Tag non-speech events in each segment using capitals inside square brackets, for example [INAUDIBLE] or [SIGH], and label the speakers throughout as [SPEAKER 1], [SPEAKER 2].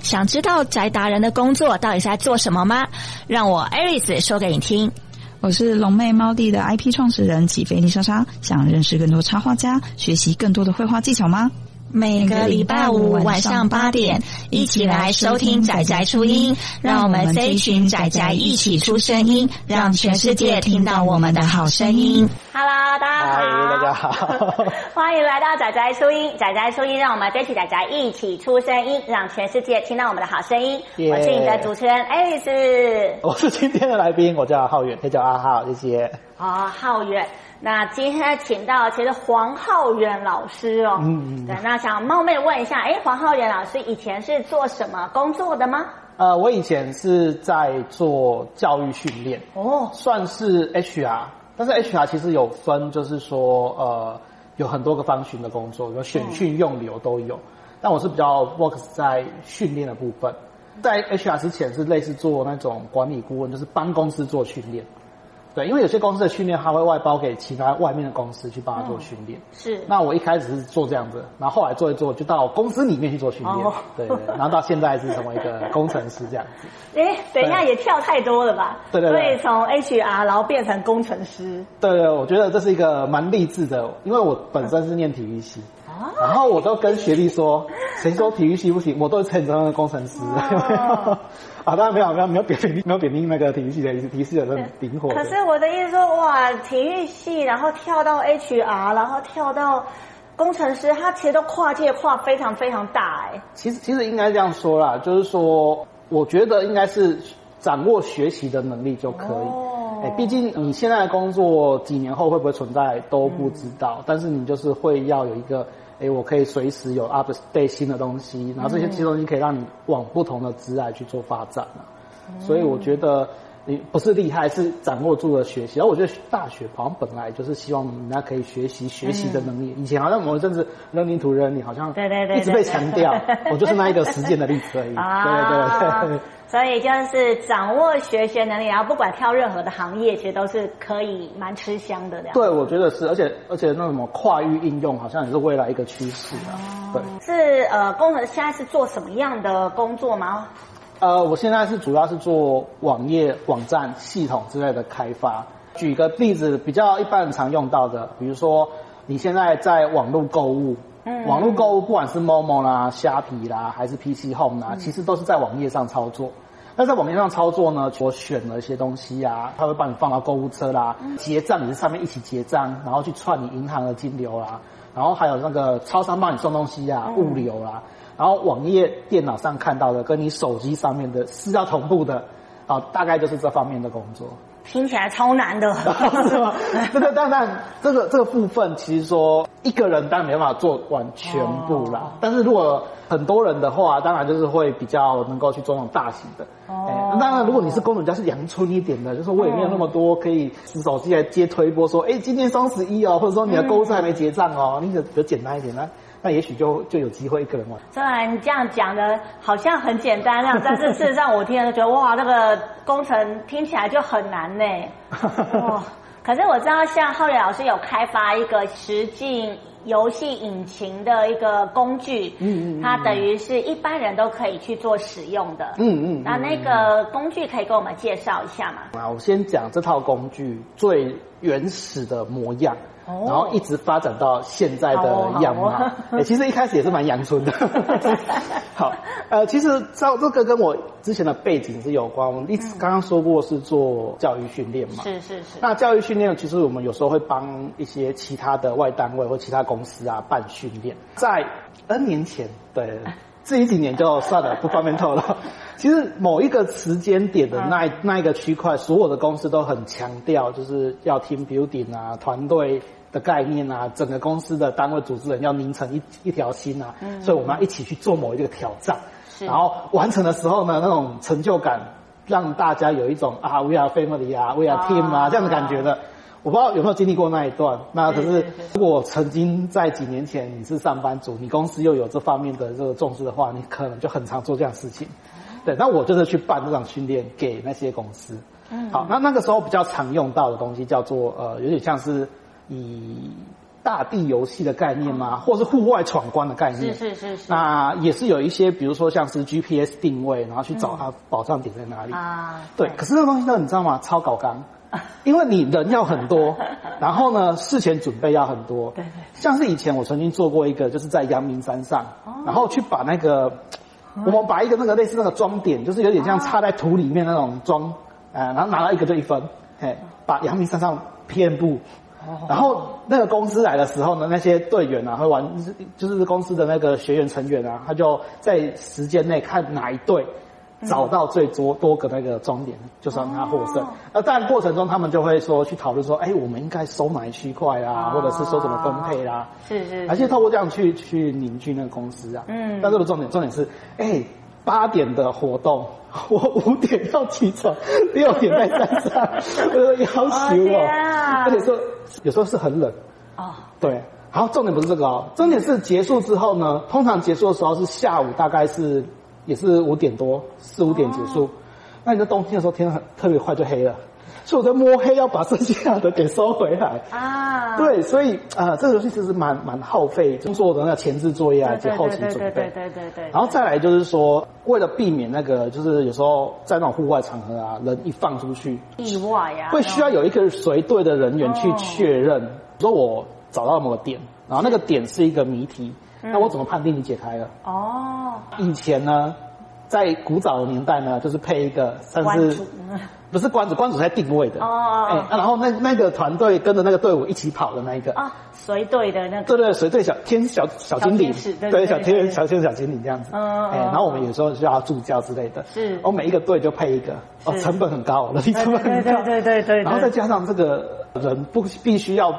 [SPEAKER 1] 想知道宅达人的工作到底是在做什么吗？让我 Aris 说给你听。
[SPEAKER 2] 我是龙妹猫弟的 IP 创始人起飞丽莎莎，想认识更多插画家，学习更多的绘画技巧吗？
[SPEAKER 1] 每个礼拜五晚上八点，一起来收听仔仔初音，让我们这一群仔仔一起出声音，让全世界听到我们的好声音。Hello，大家好，
[SPEAKER 3] 嗨，大家好，
[SPEAKER 1] [LAUGHS] 欢迎来到仔仔初音，仔仔初音，让我们这群仔仔一起出声音，让全世界听到我们的好声音。
[SPEAKER 3] 耶
[SPEAKER 1] 我是你的主持人 Alice。
[SPEAKER 3] [LAUGHS] 我是今天的来宾，我叫浩远，可以叫阿浩，谢谢。
[SPEAKER 1] 哦，浩远。那今天请到其实黄浩远老师哦，
[SPEAKER 3] 嗯嗯
[SPEAKER 1] 对，那想冒昧问一下，哎，黄浩远老师以前是做什么工作的吗？
[SPEAKER 3] 呃，我以前是在做教育训练，
[SPEAKER 1] 哦，
[SPEAKER 3] 算是 HR，但是 HR 其实有分，就是说呃有很多个方寻的工作，有选训、用留都有。但我是比较 work 在训练的部分，在 HR 之前是类似做那种管理顾问，就是帮公司做训练。对，因为有些公司的训练，他会外包给其他外面的公司去帮他做训练。
[SPEAKER 1] 是，
[SPEAKER 3] 那我一开始是做这样子，然后后来做一做，就到公司里面去做训练，
[SPEAKER 1] 哦
[SPEAKER 3] 对对，然后到现在是成为一个工程师这样子。
[SPEAKER 1] 哎，等一下也跳太多了吧？
[SPEAKER 3] 对对对
[SPEAKER 1] 所以从 HR 然后变成工程师
[SPEAKER 3] 对对，我觉得这是一个蛮励志的，因为我本身是念体育系，
[SPEAKER 1] 啊，
[SPEAKER 3] 然后我都跟学弟说，谁说体育系不行，我都是成中的工程师。
[SPEAKER 1] 哦
[SPEAKER 3] [LAUGHS] 啊，当然没有没有没有贬低没有贬低那个体育系的意思，体育系的人灵活的。
[SPEAKER 1] 可是我的意思说，哇，体育系，然后跳到 HR，然后跳到工程师，他其实都跨界跨非常非常大哎、
[SPEAKER 3] 其实其实应该这样说啦，就是说，我觉得应该是掌握学习的能力就可以。
[SPEAKER 1] 哦
[SPEAKER 3] 哎、毕竟你现在的工作几年后会不会存在都不知道，但是你就是会要有一个，哎、我可以随时有 update 新的东西，然后这些新东西可以让你往不同的职来去做发展啊。所以我觉得你不是厉害，是掌握住了学习。然后我觉得大学好像本来就是希望人家可以学习学习的能力。以前好像某一阵子 learning to learning 好像
[SPEAKER 1] 对对对
[SPEAKER 3] 一直被强调， [LAUGHS] 我就是那一个实践的例子而已。嗯
[SPEAKER 1] 啊
[SPEAKER 3] 对 [LAUGHS] 对对。
[SPEAKER 1] 所以就是掌握学学能力，然后不管跳任何的行业，其实都是可以蛮吃香的这样。
[SPEAKER 3] 对，我觉得是，而且而且那什么跨域应用好像也是未来一个趋势
[SPEAKER 1] 哦
[SPEAKER 3] 啊。对，
[SPEAKER 1] 是呃，工程现在是做什么样的工作吗？
[SPEAKER 3] 呃，我现在是主要是做网页、网站、系统之类的开发。举个例子，比较一般人常用到的，比如说你现在在网络购物，
[SPEAKER 1] 嗯
[SPEAKER 3] 网络购物不管是 Momo 啦、虾皮啦，还是 PC Home 啦，其实都是在网页上操作。那在网页上操作呢，我选了一些东西啊，它会帮你放到购物车啦，结账也是上面一起结账，然后去串你银行的金流啦，然后还有那个超商帮你送东西啊，物流啦，然后网页电脑上看到的跟你手机上面的是要同步的，啊，大概就是这方面的工作。
[SPEAKER 1] 听起来超难
[SPEAKER 3] [LAUGHS]
[SPEAKER 1] 的，
[SPEAKER 3] 是吗？这个当然，这个这个部分其实说一个人当然没办法做完全部啦。
[SPEAKER 1] 哦
[SPEAKER 3] 但是如果很多人的话，当然就是会比较能够去做那种大型的。
[SPEAKER 1] 哦
[SPEAKER 3] 哎当然，如果你是工人家是阳春一点的，就是我也没有那么多可以手机来接推波说，哎、今天双十一哦，或者说你的购物车还没结账哦，你就比较简单一点那那也许就就有机会一个人玩。
[SPEAKER 1] 虽然你这样讲的好像很简单那样，但是事实上我听了就觉得哇，那个工程听起来就很难
[SPEAKER 3] [LAUGHS]
[SPEAKER 1] 呢。哇！可是我知道，像浩远老师有开发一个实境游戏引擎的一个工具，
[SPEAKER 3] 嗯嗯嗯
[SPEAKER 1] 它等于是一般人都可以去做使用的。
[SPEAKER 3] 嗯嗯嗯
[SPEAKER 1] 那那个工具可以给我们介绍一下吗？
[SPEAKER 3] 啊，我先讲这套工具最原始的模样，
[SPEAKER 1] 哦
[SPEAKER 3] 然后一直发展到现在的
[SPEAKER 1] [LAUGHS]
[SPEAKER 3] 样
[SPEAKER 1] 好
[SPEAKER 3] 貌。
[SPEAKER 1] 哦
[SPEAKER 3] 哎、
[SPEAKER 1] 好哦
[SPEAKER 3] 其实一开始也是蛮阳春的。 [LAUGHS] 好，呃，其实照这个跟我之前的背景是有关。我们一直刚刚说过是做教育训练嘛，
[SPEAKER 1] 嗯是是是，
[SPEAKER 3] 那教育训练其实我们有时候会帮一些其他的外单位或其他公司啊办训练，在 N 年前，对，
[SPEAKER 1] 嗯
[SPEAKER 3] 至于几年就算了，不方
[SPEAKER 1] [LAUGHS]
[SPEAKER 3] 便透露。其实某一个时间点
[SPEAKER 1] 嗯
[SPEAKER 3] 的那一那一个区块，所有的公司都很强调，就是要 team building 啊，团队。的概念啊，整个公司的单位组织人要拧成一一条心啊，所以我们要一起去做某一个挑战，
[SPEAKER 1] 嗯是
[SPEAKER 3] 然后完成的时候呢，那种成就感让大家有一种啊，we are family 啊，we are team 啊
[SPEAKER 1] 啊
[SPEAKER 3] 这样的感觉的。我不知道有没有经历过那一段。那可
[SPEAKER 1] 是
[SPEAKER 3] 是
[SPEAKER 1] 是是，
[SPEAKER 3] 如果曾经在几年前你是上班族，你公司又有这方面的这个重视的话，你可能就很常做这样的事情。
[SPEAKER 1] 啊
[SPEAKER 3] 对，那我就是去办这场训练给那些公司。
[SPEAKER 1] 嗯
[SPEAKER 3] 好，那那个时候比较常用到的东西叫做呃，有点像是以大地游戏的概念吗？或是户外闯关的概
[SPEAKER 1] 哦是
[SPEAKER 3] 念？
[SPEAKER 1] 是是是
[SPEAKER 3] 那也是有一些，比如说像是 GPS 定位，然后去
[SPEAKER 1] 嗯
[SPEAKER 3] 找它保障点在哪里。
[SPEAKER 1] 啊，
[SPEAKER 3] 对，可是那东西呢，你知道吗？超搞
[SPEAKER 1] [LAUGHS]
[SPEAKER 3] 纲，因为你人要很多，然后呢，事前准备要很多。
[SPEAKER 1] 对对
[SPEAKER 3] 像是以前我曾经做过一个，就是在阳明山上，
[SPEAKER 1] 哦
[SPEAKER 3] 然后去把那个，
[SPEAKER 1] 嗯
[SPEAKER 3] 我们把一个那个类似那个装点，就是有点像插在土里面那种装，呃，然后拿到一个就一分，嘿，把阳明山上遍布。然后那个公司来的时候呢，那些队员啊会玩，就是公司的那个学员成员啊，他就在时间内看哪一队找到最多多个那个装点，就算他获胜
[SPEAKER 1] 哦。
[SPEAKER 3] 那当然过程中他们就会说去讨论说，哎，我们应该收哪一区块
[SPEAKER 1] 哦
[SPEAKER 3] 啊，或者是说怎么分配啦、
[SPEAKER 1] 是是
[SPEAKER 3] 而且透过这样去去凝聚那个公司啊。
[SPEAKER 1] 嗯
[SPEAKER 3] 但是我重点重点是，哎，八点的活动， [LAUGHS] 我五点要起床，六点在山上， [LAUGHS] 我要求
[SPEAKER 1] 哦
[SPEAKER 3] 我，
[SPEAKER 1] 天啊
[SPEAKER 3] 而且说有时候是很冷，
[SPEAKER 1] 哦，
[SPEAKER 3] 对。好，重点不是这个哦，重点是结束之后呢，通常结束的时候是下午，大概是也是五点多，四五点结束。
[SPEAKER 1] 哦
[SPEAKER 3] 那你在冬天的时候天很特别快就黑了，所以我在摸黑要把剩下的给收回来。
[SPEAKER 1] 啊，
[SPEAKER 3] 对，所以啊、呃这个游戏其实蛮蛮耗费工作的那个前置作业啊，以及
[SPEAKER 1] 对
[SPEAKER 3] 后
[SPEAKER 1] 对
[SPEAKER 3] 期
[SPEAKER 1] 对
[SPEAKER 3] 准
[SPEAKER 1] 对对。
[SPEAKER 3] 备
[SPEAKER 1] 对对对，
[SPEAKER 3] 然后再来就是说，为了避免那个，就是有时候在那种户外场合啊，人一放出去，
[SPEAKER 1] 意外啊呀，
[SPEAKER 3] 会需要有一个随队的人员去
[SPEAKER 1] 哦
[SPEAKER 3] 确认，说我找到某个点，然后那个点是一个谜题，
[SPEAKER 1] 嗯
[SPEAKER 3] 那我怎么判定你解开了？
[SPEAKER 1] 哦，
[SPEAKER 3] 以前呢，在古早的年代呢，就是配一个算
[SPEAKER 1] 关 [LAUGHS]
[SPEAKER 3] 是
[SPEAKER 1] 主
[SPEAKER 3] 不是关主，关主是在定位的
[SPEAKER 1] 哦哦
[SPEAKER 3] 哎
[SPEAKER 1] 哦
[SPEAKER 3] 啊然后那那个团队跟着那个队伍一起跑的那一个，
[SPEAKER 1] 啊，随队的那个
[SPEAKER 3] 对对，随队小天小小精
[SPEAKER 1] 小天
[SPEAKER 3] 灵
[SPEAKER 1] 使，对
[SPEAKER 3] 对
[SPEAKER 1] 对
[SPEAKER 3] 小
[SPEAKER 1] 对
[SPEAKER 3] 天
[SPEAKER 1] 对
[SPEAKER 3] 小天小精灵这样子。
[SPEAKER 1] 嗯嗯
[SPEAKER 3] 哎，
[SPEAKER 1] 嗯
[SPEAKER 3] 然后我们有时候需要助教之类的。
[SPEAKER 1] 是
[SPEAKER 3] 我每一个队就配一个，哦，
[SPEAKER 1] 是
[SPEAKER 3] 成本很高，人力成本很高。
[SPEAKER 1] 对对对对对对
[SPEAKER 3] 然后再加上这个呃人不必须要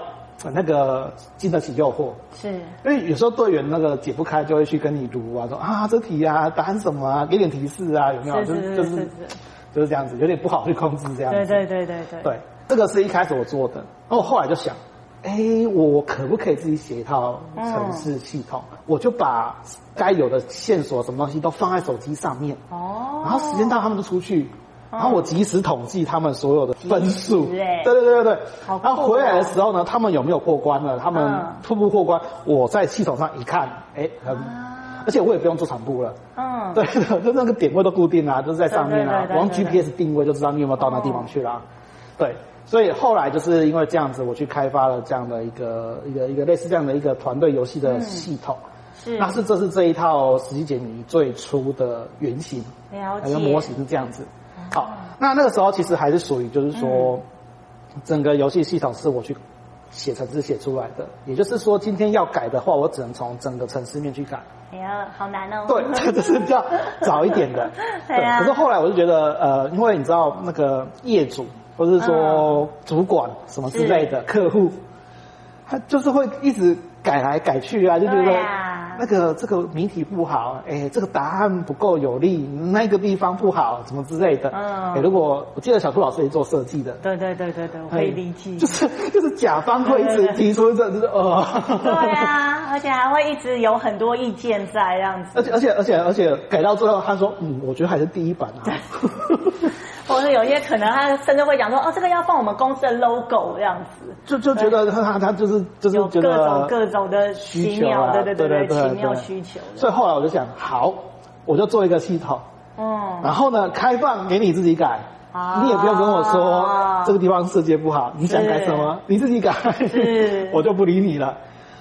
[SPEAKER 3] 呃那个经得起诱惑，
[SPEAKER 1] 是
[SPEAKER 3] 因为有时候队员那个解不开，就会去跟你撸啊，说啊这题啊答案什么啊，给点提示啊，有没有？
[SPEAKER 1] 是
[SPEAKER 3] 就是
[SPEAKER 1] 是
[SPEAKER 3] 就是是
[SPEAKER 1] 是，
[SPEAKER 3] 就是这样子，有点不好去控制这样
[SPEAKER 1] 对
[SPEAKER 3] 子。
[SPEAKER 1] 对对对对，
[SPEAKER 3] 对，这个是一开始我做的，然后我后来就想，哎，我可不可以自己写一套
[SPEAKER 1] 嗯
[SPEAKER 3] 城市系统？我就把该有的线索什么东西都放在手机上面，
[SPEAKER 1] 哦，嗯
[SPEAKER 3] 然后时间到他们就出去。然后我及时统计他们所有的分数，
[SPEAKER 1] 及时欸
[SPEAKER 3] 对对对对对。
[SPEAKER 1] 好酷哦
[SPEAKER 3] 然后回来的时候呢，他们有没有过关啊了？他们
[SPEAKER 1] 嗯
[SPEAKER 3] 突不过关？我在系统上一看，哎，很，
[SPEAKER 1] 啊
[SPEAKER 3] 而且我也不用做场部了，
[SPEAKER 1] 嗯，
[SPEAKER 3] 对，就那个点位都固定啊，都是在上面
[SPEAKER 1] 对
[SPEAKER 3] 啊
[SPEAKER 1] 对对，对
[SPEAKER 3] 我用
[SPEAKER 1] 对
[SPEAKER 3] GPS 定位就知道你有没有到那地方去啦、对，所以后来就是因为这样子，我去开发了这样的一个一个一个类似这样的一个团队游戏的系统。
[SPEAKER 1] 是
[SPEAKER 3] 那是这是这一套实际解谜最初的原型，
[SPEAKER 1] 了
[SPEAKER 3] 那
[SPEAKER 1] 解嗯
[SPEAKER 3] 个模型是这样子。好，那那个时候其实还是属于就是说，整个游戏系统是我去写程式写出来的，也就是说今天要改的话，我只能从整个城市面去改。
[SPEAKER 1] 哎呀，好难哦，[LAUGHS]
[SPEAKER 3] [LAUGHS] 对，这就是比较早一点的。
[SPEAKER 1] 对啊
[SPEAKER 3] 可是后来我就觉得，呃，因为你知道那个业主
[SPEAKER 1] 嗯
[SPEAKER 3] 或是说主管什么之类的客户，他就是会一直改来改去啊，就觉得
[SPEAKER 1] 对啊
[SPEAKER 3] 那个这个谜题不好，哎，这个答案不够有力，那个地方不好，什么之类的。
[SPEAKER 1] 嗯
[SPEAKER 3] 哎，如果我记得小兔老师也做设计的。
[SPEAKER 1] 对对对对对，我可以
[SPEAKER 3] 哎
[SPEAKER 1] 理解
[SPEAKER 3] 就。是就是甲方会一直提出这这呃，
[SPEAKER 1] 对啊，而且还会一直有很多意见在这样
[SPEAKER 3] 而
[SPEAKER 1] 子，
[SPEAKER 3] 且而且而且而且改到最后，他说：“嗯，我觉得还是第一版啊。
[SPEAKER 1] [LAUGHS] 或者有些可能他甚至会讲说，哦，这个要放我们公司的 logo 这样子，
[SPEAKER 3] [LAUGHS] 就”就觉得他他他就是就是
[SPEAKER 1] 有
[SPEAKER 3] 觉
[SPEAKER 1] 各
[SPEAKER 3] 得
[SPEAKER 1] 种各种的
[SPEAKER 3] 需
[SPEAKER 1] 奇
[SPEAKER 3] 求
[SPEAKER 1] 妙，
[SPEAKER 3] 啊，
[SPEAKER 1] 对
[SPEAKER 3] 对
[SPEAKER 1] 对
[SPEAKER 3] 对
[SPEAKER 1] 奇妙需求的，
[SPEAKER 3] 所以后来我就想，好，我就做一个系统，
[SPEAKER 1] 嗯，
[SPEAKER 3] 然后呢，开放给你自己改
[SPEAKER 1] 啊，
[SPEAKER 3] 你也不用跟我说这个地方设计不好，你想改什么你自己改
[SPEAKER 1] 是，
[SPEAKER 3] 我就不理你了。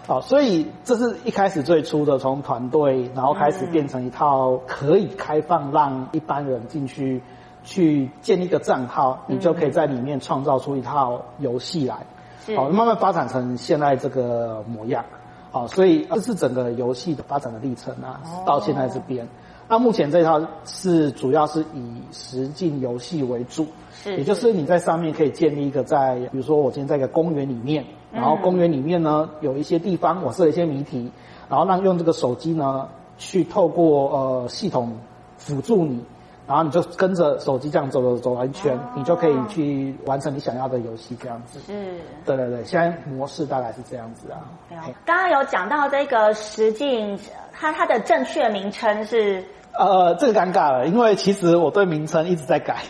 [SPEAKER 3] 好，所以这是一开始最初的从团队，然后开始
[SPEAKER 1] 嗯
[SPEAKER 3] 变成一套可以开放让一般人进去去建立一个账号，你就可以在里面创造出一套游戏来。
[SPEAKER 1] 嗯是
[SPEAKER 3] 好，慢慢发展成现在这个模样。好，所以这是整个游戏的发展的历程啊，
[SPEAKER 1] 哦
[SPEAKER 3] 到现在这边。那目前这套是主要是以实境游戏为主，
[SPEAKER 1] 是
[SPEAKER 3] 也就是你在上面可以建立一个在，比如说我今天在一个公园里面，然后公园里面呢有一些地方我设了一些谜题，然后让用这个手机呢去透过呃系统辅助你，然后你就跟着手机这样走走走完一圈，你就可以去完成你想要的游戏这样子。
[SPEAKER 1] 是。
[SPEAKER 3] 对对对，现在模式大概是这样子啊。
[SPEAKER 1] 哎了刚刚有讲到这个实境，它它的正确名称是
[SPEAKER 3] 呃，这个尴尬了，因为其实我对名称一直在改，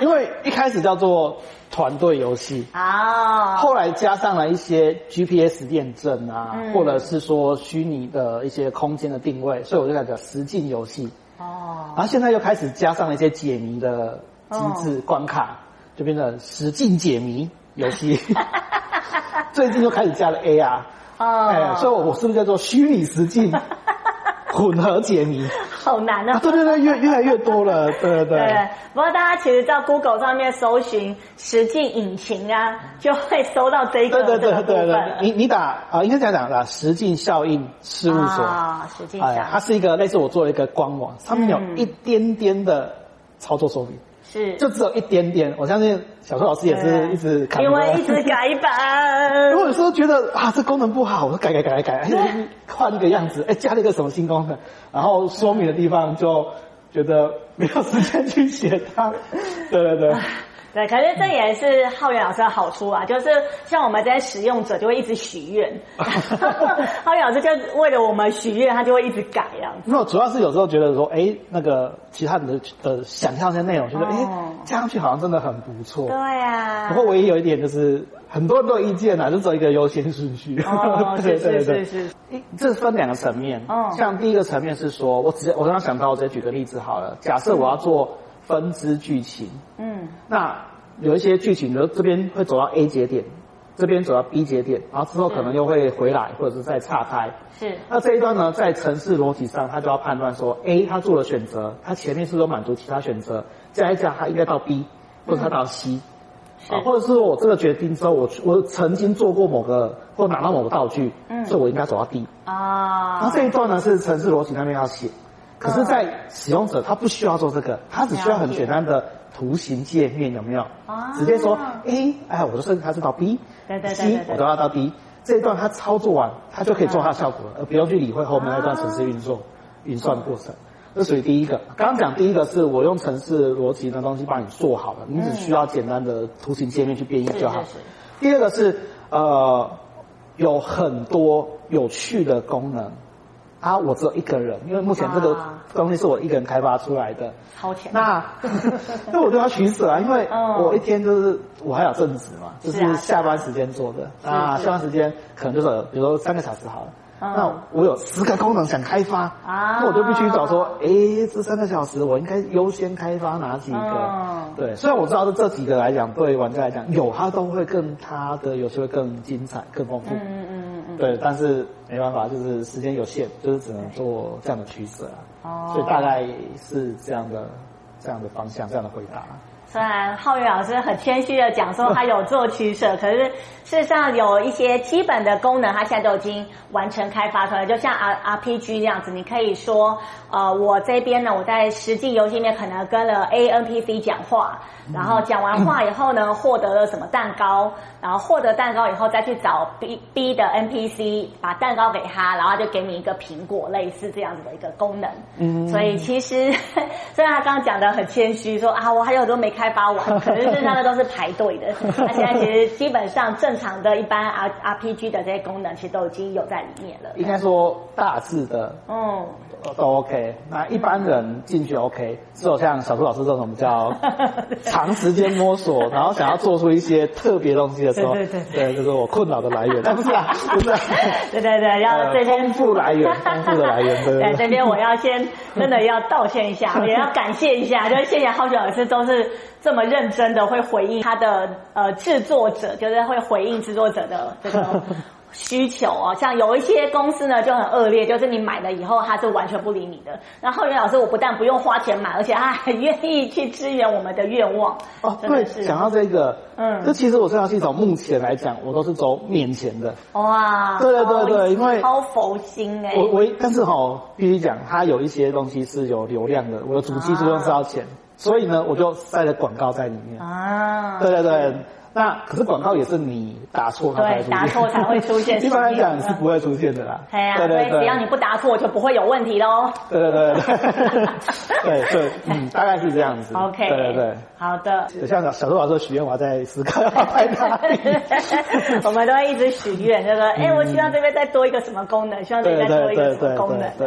[SPEAKER 3] 因为一开始叫做团队游戏，
[SPEAKER 1] 哦，
[SPEAKER 3] 后来加上了一些 GPS 验证啊，
[SPEAKER 1] 嗯
[SPEAKER 3] 或者是说虚拟的一些空间的定位，所以我就改叫实境游戏。
[SPEAKER 1] 哦，
[SPEAKER 3] 然后现在又开始加上了一些解谜的机制
[SPEAKER 1] 哦
[SPEAKER 3] 关卡，就变成实境解谜
[SPEAKER 1] [LAUGHS]
[SPEAKER 3] 游戏。最近又开始加了 AR，
[SPEAKER 1] 哦，
[SPEAKER 3] 哎、
[SPEAKER 1] [LAUGHS]
[SPEAKER 3] 所以我是不是叫做虚拟实境混合解谜？
[SPEAKER 1] 好难
[SPEAKER 3] 啊，
[SPEAKER 1] 啊。
[SPEAKER 3] 对对对，越越来越多了，对对对。
[SPEAKER 1] 不过大家其实，在 Google 上面搜寻实际引擎啊，就会搜到这个
[SPEAKER 3] 对对
[SPEAKER 1] 这个
[SPEAKER 3] 对
[SPEAKER 1] 部
[SPEAKER 3] 对
[SPEAKER 1] 分
[SPEAKER 3] 对，你你打啊、应该这样讲啦，实境效应事务所，
[SPEAKER 1] 啊，实际
[SPEAKER 3] 哎，它
[SPEAKER 1] 上
[SPEAKER 3] 是一个类似我做了一个官网，上面有
[SPEAKER 1] 嗯
[SPEAKER 3] 一点点的操作说明，
[SPEAKER 1] 是
[SPEAKER 3] 就只有一点点。我相信小邱老师也是
[SPEAKER 1] 嗯对
[SPEAKER 3] 一直看，
[SPEAKER 1] 因为一直。改版
[SPEAKER 3] [LAUGHS] 如，果有时候觉得啊，这功能不好，我就改改
[SPEAKER 1] [LAUGHS]
[SPEAKER 3] 改改改，哎换一个样子，哎，加了一个什么新功能，然后说明的地方就觉得没有时间去写它。 [LAUGHS] 对对对，
[SPEAKER 1] 对，可是这也是浩源老师的好处啊，就是像我们这些使用者就会一直许愿，
[SPEAKER 3] [LAUGHS]
[SPEAKER 1] 浩源老师就为了我们许愿，他就会一直改这样子。
[SPEAKER 3] 没有，主要是有时候觉得说，哎，那个其他人的的想象的内容，觉得哎
[SPEAKER 1] 哦
[SPEAKER 3] 加上去好像真的很不错。
[SPEAKER 1] 对啊，
[SPEAKER 3] 不过唯一有一点就是，很多人都有意见啊，就走一个优先顺序。
[SPEAKER 1] 哦，是
[SPEAKER 3] [LAUGHS] 对
[SPEAKER 1] 是
[SPEAKER 3] 对对
[SPEAKER 1] 是是，
[SPEAKER 3] 一这分两个层面。
[SPEAKER 1] 哦
[SPEAKER 3] 像第一个层面是说，我直接我刚刚想到，我直接举个例子好了。假设我要做分支剧情，
[SPEAKER 1] 嗯，
[SPEAKER 3] 那有一些剧情，比如这边会走到 A 节点，这边走到 B 节点，然后之后可能又会回来，或者是再岔开。
[SPEAKER 1] 是
[SPEAKER 3] 那这一段呢，在城市逻辑上，他就要判断说，A 他做了选择，他前面是不是有满足其他选择，加一加他应该到 B，或者他到 C，、
[SPEAKER 1] 是
[SPEAKER 3] 啊，或者是我这个决定之后，我我曾经做过某个或拿到某个道具，
[SPEAKER 1] 嗯
[SPEAKER 3] 所以我应该走到 D。然
[SPEAKER 1] 啊嗯
[SPEAKER 3] 后，这一段呢是城市逻辑那边要写，可是，在使用者他不需要做这个，他只需要很简单的图形界面，有没有
[SPEAKER 1] 啊？
[SPEAKER 3] 直接说 A，哎，我就设定它是到 B，
[SPEAKER 1] 对对对
[SPEAKER 3] C
[SPEAKER 1] 对对
[SPEAKER 3] 我都要到 D，这一段他操作完，他就可以做他的效果
[SPEAKER 1] 哦
[SPEAKER 3] 了，而不用去理会后面那段城市运作运算过程。这属于第一个。刚刚讲第一个是我用城市逻辑的东西帮你做好了，你只需要简单的图形界面去编译
[SPEAKER 1] 是
[SPEAKER 3] 就好
[SPEAKER 1] 嗯是。是
[SPEAKER 3] 第二个是呃，有很多有趣的功能啊，我只有一个人，因为目前这个
[SPEAKER 1] 啊
[SPEAKER 3] 东西是我一个人开发出来的。
[SPEAKER 1] 超前，
[SPEAKER 3] 那 [LAUGHS] 那我就要取舍啊，因为
[SPEAKER 1] 嗯
[SPEAKER 3] 我一天就是我还有正职嘛，就是
[SPEAKER 1] 啊
[SPEAKER 3] 是下班时间做的
[SPEAKER 1] 是
[SPEAKER 3] 啊，
[SPEAKER 1] 是
[SPEAKER 3] 下班时间可能就是有比如说三个小时好了。
[SPEAKER 1] 嗯
[SPEAKER 3] 那我有十个功能想开发，
[SPEAKER 1] 啊
[SPEAKER 3] 那我就必须找说，诶，这三个小时我应该优先开发哪几个？
[SPEAKER 1] 嗯
[SPEAKER 3] 对，虽然我知道这这几个来讲，对玩家来讲，有它都会更它的游戏会更精彩、更丰富。
[SPEAKER 1] 嗯嗯嗯嗯嗯，
[SPEAKER 3] 对，但是没办法，就是时间有限，就是只能做这样的取舍啊。
[SPEAKER 1] 哦
[SPEAKER 3] 所以大概是这样的、这样的方向、这样的回答。
[SPEAKER 1] 虽然浩宇老师很谦虚的讲说他有做取舍，可是事实上有一些基本的功能，他现在都已经完成开发出来，就像 R R P G 这样子，你可以说，呃，我这边呢，我在实际游戏里面可能跟了 A N P C 讲话，然后讲完话以后呢，获得了什么蛋糕，然后获得蛋糕以后再去找 B B 的 N P C 把蛋糕给他，然后就给你一个苹果，类似这样子的一个功能。
[SPEAKER 3] 嗯
[SPEAKER 1] 所以其实 [LAUGHS] 虽然他刚刚讲的很谦虚，说啊我还有很多没开发完，可是那个都是排队的。那现在其实基本上正常的一般 R R P G 的这些功能，其实都已经有在里面了。
[SPEAKER 3] 应该说大致的
[SPEAKER 1] 嗯，
[SPEAKER 3] 呃都 OK，那一般人进去 OK，只有像小朱老师这种
[SPEAKER 1] [LAUGHS]
[SPEAKER 3] 比较长时间摸索，然后想要做出一些特别东西的时候，
[SPEAKER 1] 对对对
[SPEAKER 3] 这是我困扰的来源。但不是啊，不是、啊。
[SPEAKER 1] [LAUGHS] 对对对，要
[SPEAKER 3] 呃
[SPEAKER 1] 这边
[SPEAKER 3] 丰富来
[SPEAKER 1] [LAUGHS]
[SPEAKER 3] 源丰富的来源对对对
[SPEAKER 1] 这边我要
[SPEAKER 3] [LAUGHS]
[SPEAKER 1] 先真的要道歉一下，也要感谢一下，就是谢谢浩雪老师都是这么认真的会回应他的呃制作者，就是会回应制作者的这个。需求哦，像有一些公司呢就很恶劣，就是你买了以后，他是完全不理你的。那浩源老师，我不但不用花钱买，而且他还愿意去支援我们的愿望。
[SPEAKER 3] 哦，
[SPEAKER 1] 真
[SPEAKER 3] 对
[SPEAKER 1] 的，是
[SPEAKER 3] 讲到这个，
[SPEAKER 1] 嗯
[SPEAKER 3] 嗯，就其实我这套系统目前来讲，我都是走免钱的。
[SPEAKER 1] 哇，
[SPEAKER 3] 对对对对
[SPEAKER 1] 超
[SPEAKER 3] 因为
[SPEAKER 1] 超佛心哎、
[SPEAKER 3] 我我但是哈、必须讲，它有一些东西是有流量的，我的主机注重是要钱，所以呢，我就塞了广告在里面。
[SPEAKER 1] 啊，
[SPEAKER 3] 对对对，那可是广告也是你打错它才
[SPEAKER 1] 对
[SPEAKER 3] 出现，
[SPEAKER 1] 打错才会出现
[SPEAKER 3] [LAUGHS] 一般来讲是不会出现的啦。
[SPEAKER 1] 哎呀，
[SPEAKER 3] 对
[SPEAKER 1] 所以
[SPEAKER 3] 对
[SPEAKER 1] 只
[SPEAKER 3] 对
[SPEAKER 1] 要，你不答错，就不会有问题哦喽。
[SPEAKER 3] 对
[SPEAKER 1] [LAUGHS]
[SPEAKER 3] 对对对，对对，嗯，大概是这样子。
[SPEAKER 1] OK，
[SPEAKER 3] 对对对。
[SPEAKER 1] 好的。
[SPEAKER 3] 像小小杜老师的许愿，我还在思考要拍哪
[SPEAKER 1] [LAUGHS]
[SPEAKER 3] 里。
[SPEAKER 1] 我们都会
[SPEAKER 3] 嗯
[SPEAKER 1] 一直许愿，就说：“哎、我希望这边再多一个什么功能，希望这边再多一个什么功能。
[SPEAKER 3] 对，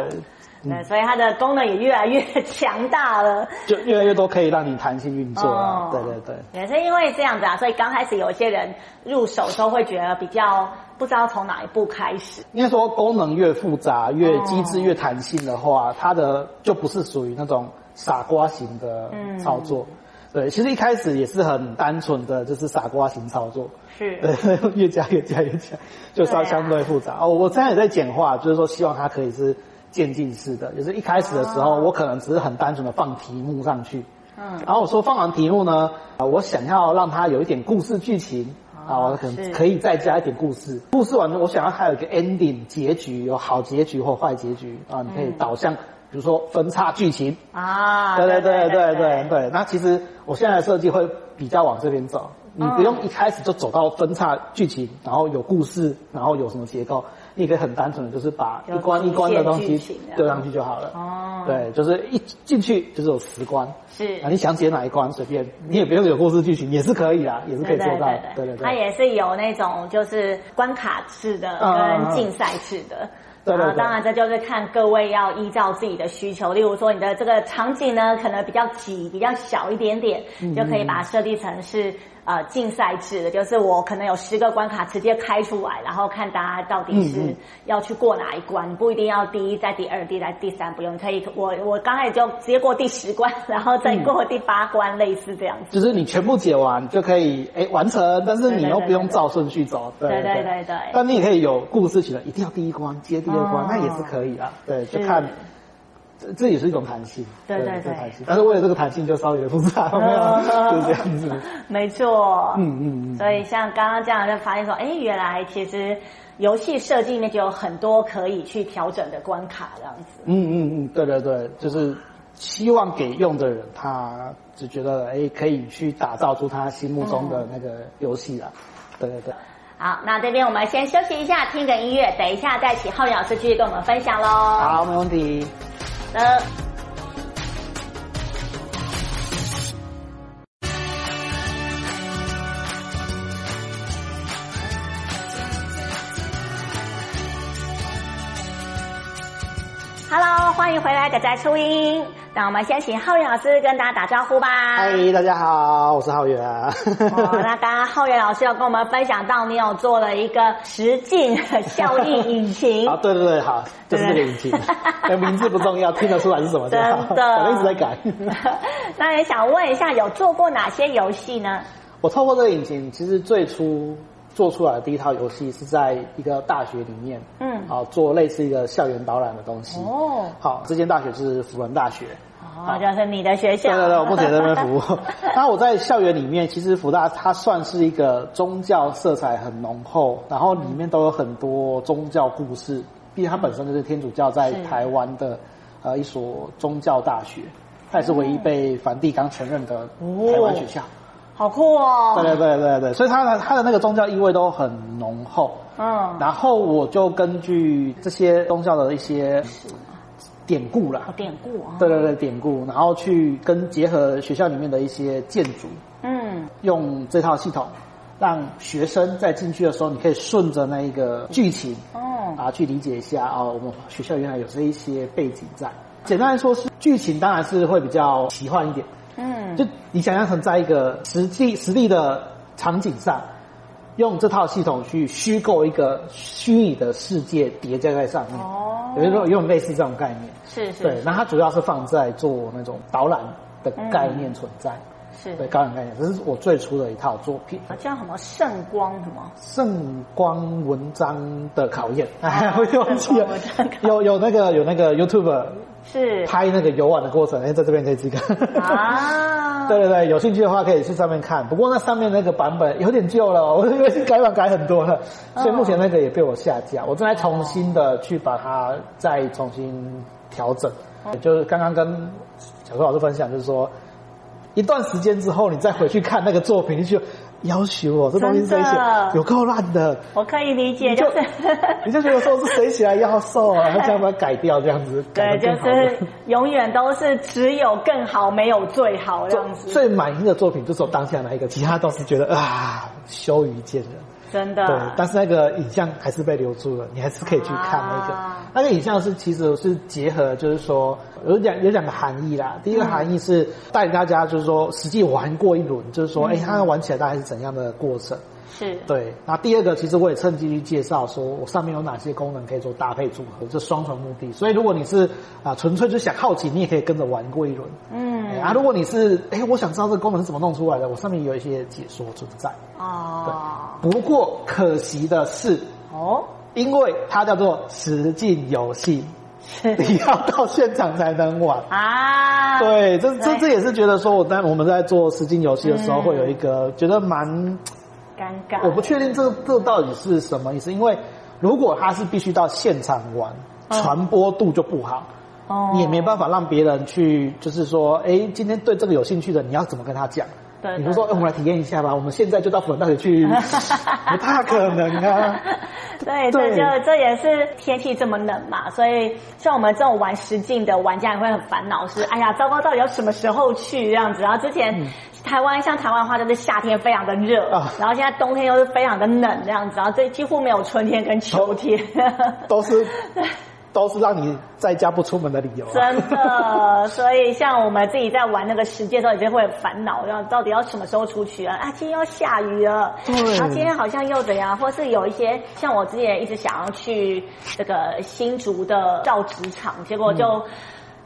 [SPEAKER 3] 嗯
[SPEAKER 1] 对，所以它的功能也越来越强大了。
[SPEAKER 3] 就越来越多可以让你弹性运作啊
[SPEAKER 1] 哦。
[SPEAKER 3] 对对对，
[SPEAKER 1] 也是因为这样子啊，所以刚开始有一些人入手的时候会觉得比较不知道从哪一步开始。
[SPEAKER 3] 应该说功能越复杂、越
[SPEAKER 1] 哦
[SPEAKER 3] 机制、越弹性的话，它的就不是属于那种傻瓜型的
[SPEAKER 1] 嗯
[SPEAKER 3] 操作。对，其实一开始也是很单纯的，就是傻瓜型操作。 [LAUGHS]
[SPEAKER 1] 是，
[SPEAKER 3] 对，越加越加越加，就稍
[SPEAKER 1] 对啊
[SPEAKER 3] 相对复杂。哦，我这样也在简化，就是说希望它可以是渐进式的，就是一开始的时候，
[SPEAKER 1] 哦
[SPEAKER 3] 我可能只是很单纯的放题目上去，
[SPEAKER 1] 嗯，
[SPEAKER 3] 然后我说放完题目呢，啊，我想要让它有一点故事剧情。
[SPEAKER 1] 哦
[SPEAKER 3] 啊，我可能
[SPEAKER 1] 是
[SPEAKER 3] 可以再加一点故事。故事完了，我想要它有一个 ending 结局，有好结局或坏结局啊。你可以
[SPEAKER 1] 嗯
[SPEAKER 3] 导向，比如说分叉剧情，
[SPEAKER 1] 啊，
[SPEAKER 3] 对对对对对对。那其实我现在的设计会比较往这边走，
[SPEAKER 1] 嗯
[SPEAKER 3] 你不用一开始就走到分叉剧情，然后有故事，然后有什么结构，你也可以很单纯的就是把一关一关的东
[SPEAKER 1] 有主线剧
[SPEAKER 3] 西
[SPEAKER 1] 情这样
[SPEAKER 3] 丢上去就好了。
[SPEAKER 1] 哦
[SPEAKER 3] 对，就是一进去就是有十关。
[SPEAKER 1] 是
[SPEAKER 3] 啊，你想写哪一关随便，你也不用有故事剧情，也是可以啦，也是可以做到的。对对
[SPEAKER 1] 它
[SPEAKER 3] 对，
[SPEAKER 1] 也是有那种就是关卡制的
[SPEAKER 3] 嗯嗯嗯
[SPEAKER 1] 跟竞赛制的。
[SPEAKER 3] 对对
[SPEAKER 1] 然后
[SPEAKER 3] 对
[SPEAKER 1] 当然这就是看各位要依照自己的需求，例如说你的这个场景呢，可能比较挤、比较小一点点，
[SPEAKER 3] 嗯
[SPEAKER 1] 就可以把它设计成是呃竞赛制的，就是我可能有十个关卡直接开出来，然后看大家到底
[SPEAKER 3] 嗯
[SPEAKER 1] 是
[SPEAKER 3] 嗯
[SPEAKER 1] 要去过哪一关，不一定要第一在第二、第在第三，不用，你可以我我刚开始就直接过第十关，然后
[SPEAKER 3] 嗯
[SPEAKER 1] 再过第八关，类似这样子。
[SPEAKER 3] 就是你全部解完就可以哎完成，但是
[SPEAKER 1] 对
[SPEAKER 3] 你
[SPEAKER 1] 对
[SPEAKER 3] 又
[SPEAKER 1] 对
[SPEAKER 3] 不用
[SPEAKER 1] 对对
[SPEAKER 3] 照顺序走。对
[SPEAKER 1] 对
[SPEAKER 3] 对
[SPEAKER 1] 对对对
[SPEAKER 3] 但你也可以有故事型的，一定要第一关接第二关，
[SPEAKER 1] 哦
[SPEAKER 3] 那也是可以啦。对，就是看这这也是一种弹性。
[SPEAKER 1] 对对对哦
[SPEAKER 3] 这是弹性。但是为了这个弹性就稍微有点复杂，
[SPEAKER 1] [LAUGHS]
[SPEAKER 3] 没有， [LAUGHS] 就这样子。
[SPEAKER 1] 没错，
[SPEAKER 3] 嗯嗯嗯
[SPEAKER 1] 所以像刚刚这样就发现说，哎，原来其实游戏设计里面就有很多可以去调整的关卡这样子。
[SPEAKER 3] 嗯嗯嗯，对对对，就是希望给用的人他只觉得哎可以去打造出他心目中的那个游戏啦。对对对。
[SPEAKER 1] 好，那这边我们先休息一下，听个音乐，等一下再请浩宇老师继续跟我们分享喽。好
[SPEAKER 3] 好，没问题。
[SPEAKER 1] 的。Hello，欢迎回来，大家初音。那我们先请浩宇老师跟大家打招呼吧。
[SPEAKER 3] 嗨，大家好，我是浩源。
[SPEAKER 1] 哦，那刚刚浩源老师有跟我们分享到，你有做了一个实境效益引擎
[SPEAKER 3] 啊，。对对对， [LAUGHS] 好，就是这个
[SPEAKER 1] 对 [LAUGHS]
[SPEAKER 3] 引擎，呃名字不重要，听得出来是什 [LAUGHS] 么就
[SPEAKER 1] 真
[SPEAKER 3] 好。
[SPEAKER 1] 的，
[SPEAKER 3] 反正一直在改。
[SPEAKER 1] [LAUGHS] 那也想问一下，有做过哪些游戏呢？
[SPEAKER 3] 我透过这个引擎，其实最初做出来的第一套游戏是在一个大学里面，
[SPEAKER 1] 嗯
[SPEAKER 3] 好做类似一个校园导览的东西。
[SPEAKER 1] 哦，
[SPEAKER 3] 好，这间大学是辅仁大学。
[SPEAKER 1] 哦，就是你的学校。
[SPEAKER 3] 对对对，我目前在那边服务。那我在校园里面，其实福大它算是一个宗教色彩很浓厚，然后里面都有很多宗教故事，毕竟它本身就是天主教在
[SPEAKER 1] 是
[SPEAKER 3] 台湾的呃一所宗教大学，它也是唯一被梵蒂冈承认的台湾学校。
[SPEAKER 1] [LAUGHS] 好酷哦。
[SPEAKER 3] 对对对对对，所以它的它的那个宗教意味都很浓厚。
[SPEAKER 1] 嗯，
[SPEAKER 3] 然后我就根据这些宗教的一些典故啦
[SPEAKER 1] 好，典故啊。
[SPEAKER 3] 对对对，典故，然后去跟结合学校里面的一些建筑，
[SPEAKER 1] 嗯，
[SPEAKER 3] 用这套系统，让学生在进去的时候，你可以顺着那一个剧情
[SPEAKER 1] 哦，
[SPEAKER 3] 啊去理解一下啊、我们学校原来有这一些背景在。简单来说是剧情，当然是会比较奇幻一点，
[SPEAKER 1] 嗯，
[SPEAKER 3] 就你想象成在一个实际实地的场景上，用这套系统去虚构一个虚拟的世界叠加在上面，
[SPEAKER 1] 哦
[SPEAKER 3] 有，时候有点类似这种概念。
[SPEAKER 1] 是
[SPEAKER 3] 对
[SPEAKER 1] 是，嗯
[SPEAKER 3] 那它主要是放在做那种导览的概念存在，对
[SPEAKER 1] 是。
[SPEAKER 3] 导览概念，这是我最初的一套作品，
[SPEAKER 1] 好像什么圣光什么，
[SPEAKER 3] 圣光文章的考验，哎， [LAUGHS] 我又忘记了
[SPEAKER 1] 哦圣光文章，考
[SPEAKER 3] 有有那个有那个 YouTube [LAUGHS]
[SPEAKER 1] 是
[SPEAKER 3] 拍那个游玩的过程，哎，在这边可以自己看。
[SPEAKER 1] 啊，
[SPEAKER 3] 对对对，有兴趣的话可以去上面看。不过那上面那个版本有点旧了， [LAUGHS] 我因为改版改很多了，
[SPEAKER 1] 哦
[SPEAKER 3] 所以目前那个也被我下架。我正在重新的去把它再重新调整。
[SPEAKER 1] 哦
[SPEAKER 3] 就是刚刚跟小苏老师分享，就是说一段时间之后，你再回去看那个作品，你就要求我这东西是谁
[SPEAKER 1] 真
[SPEAKER 3] 写
[SPEAKER 1] 的，
[SPEAKER 3] 有够烂的。
[SPEAKER 1] 我可以理解，
[SPEAKER 3] 你
[SPEAKER 1] 就
[SPEAKER 3] 就是你就觉得说是谁写来要瘦啊，他这样把它改掉，这样子改
[SPEAKER 1] [LAUGHS] 对，
[SPEAKER 3] 得
[SPEAKER 1] 就
[SPEAKER 3] 更好
[SPEAKER 1] 是
[SPEAKER 3] [LAUGHS]
[SPEAKER 1] 永远都是只有更好，没有最好这样子。
[SPEAKER 3] 最满意的作品就只有当下那一个，其他都是觉得啊羞于见人。
[SPEAKER 1] 真的。
[SPEAKER 3] 对，但是那个影像还是被留住了，你还是可以去看那个。
[SPEAKER 1] 啊
[SPEAKER 3] 那个影像是其实是结合，就是说有两有两个含义啦。
[SPEAKER 1] 嗯
[SPEAKER 3] 第一个含义是带大家，就是说实际玩过一轮，就是
[SPEAKER 1] 嗯
[SPEAKER 3] 说，哎、他玩起来大概是怎样的过程。
[SPEAKER 1] 是，
[SPEAKER 3] 对，那第二个其实我也趁机去介绍，说我上面有哪些功能可以做搭配组合，这双重目的。所以如果你是啊纯粹就想好奇，你也可以跟着玩过一轮。哎
[SPEAKER 1] 嗯，
[SPEAKER 3] 啊，如果你是哎我想知道这个功能是怎么弄出来的，我上面有一些解说存在。
[SPEAKER 1] 哦，
[SPEAKER 3] 不过可惜的是，
[SPEAKER 1] 哦，
[SPEAKER 3] 因为它叫做实境游戏，你要到现场才能玩。
[SPEAKER 1] 啊，
[SPEAKER 3] 对，这这
[SPEAKER 1] 对
[SPEAKER 3] 这也是觉得说，我当我们在做实境游戏的时候，
[SPEAKER 1] 嗯
[SPEAKER 3] 会有一个觉得蛮
[SPEAKER 1] 尴尬，
[SPEAKER 3] 我不确定这这到底是什么意思，因为如果他是必须到现场玩，
[SPEAKER 1] 嗯
[SPEAKER 3] 传播度就不好，
[SPEAKER 1] 哦
[SPEAKER 3] 你也没办法让别人去，就是说，哎，今天对这个有兴趣的，你要怎么跟他讲？
[SPEAKER 1] 对对
[SPEAKER 3] 你就说，哎，我们来体验一下吧，我们现在就到辅仁大
[SPEAKER 1] [LAUGHS]
[SPEAKER 3] 学去，不大可能啊。
[SPEAKER 1] 对，这
[SPEAKER 3] 对
[SPEAKER 1] 就这也是天气这么冷嘛，所以像我们这种玩实境的玩家也会很烦恼，是哎呀，糟糕，到底要什么时候去这样子？然后之前、台湾像台湾的话，就是夏天非常的热，
[SPEAKER 3] 嗯啊
[SPEAKER 1] 然后现在冬天又是非常的冷这样子，然后这几乎没有春天跟秋天，
[SPEAKER 3] 都是都是让你在家不出门的理 [LAUGHS] 由、啊。
[SPEAKER 1] 真的。所以像我们自己在玩那个实界的时候，也就会很烦恼，然后到底要什么时候出去啊？啊，今天要下雨了，
[SPEAKER 3] 对
[SPEAKER 1] 然后今天好像又怎样，或是有一些像我之前一直想要去这个新竹的造纸厂，结
[SPEAKER 3] 嗯
[SPEAKER 1] 果就。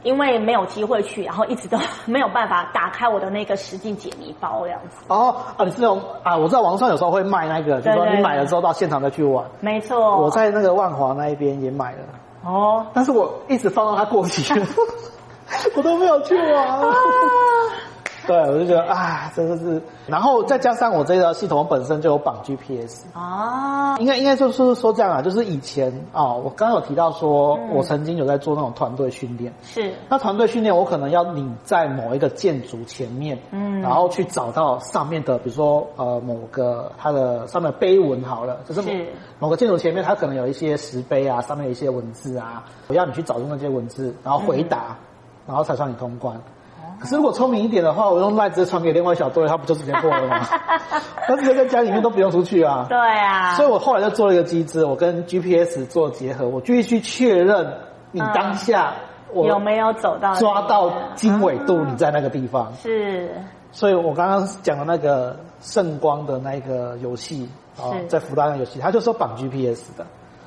[SPEAKER 1] 因为没有机会去，然后一直都 [LAUGHS] 没有办法打开我的那个实境解谜包，这样子。
[SPEAKER 3] 哦啊，你是那种啊，我知道网上有时候会卖那个，就是说
[SPEAKER 1] 对对哦
[SPEAKER 3] 你买了之后到现场再去玩。
[SPEAKER 1] 没错，
[SPEAKER 3] 我在那个万华那一边也买了。
[SPEAKER 1] 哦，
[SPEAKER 3] 但是我一直放到它
[SPEAKER 1] [LAUGHS]
[SPEAKER 3] 过期了，我都没有去玩。
[SPEAKER 1] 啊
[SPEAKER 3] 对，我就觉得啊，真的是，然后再加上我这个系统本身就有绑 GPS，
[SPEAKER 1] 啊，
[SPEAKER 3] 应该应该就是说这样啊，就是以前啊、我刚刚有提到说，
[SPEAKER 1] 嗯
[SPEAKER 3] 我曾经有在做那种团队训练，
[SPEAKER 1] 是
[SPEAKER 3] 那团队训练，我可能要你在某一个建筑前面，
[SPEAKER 1] 嗯
[SPEAKER 3] 嗯，然后去找到上面的，比如说呃某个它的上面的碑文好了，就是某
[SPEAKER 1] 是
[SPEAKER 3] 某个建筑前面它可能有一些石碑啊，上面有一些文字啊，我要你去找出那些文字，然后回答，
[SPEAKER 1] 嗯
[SPEAKER 3] 然后才算你通关。
[SPEAKER 1] 哦
[SPEAKER 3] 可是如果聪明一点的话，我用赖直接传给另外一小队，他不就直接过了
[SPEAKER 1] [LAUGHS]
[SPEAKER 3] 吗？他直接在家里面都不用出去啊。
[SPEAKER 1] 对啊，
[SPEAKER 3] 所以我后来就做了一个机制，我跟 GPS 做结合，我必须确认你当下我
[SPEAKER 1] 嗯有没有走到
[SPEAKER 3] 抓到经纬度，
[SPEAKER 1] 啊
[SPEAKER 3] 你在那个地方。
[SPEAKER 1] 是
[SPEAKER 3] 所以我刚刚讲的那个圣光的那个游戏啊
[SPEAKER 1] 是，
[SPEAKER 3] 在福大那个游戏，它就说绑 GPS 的，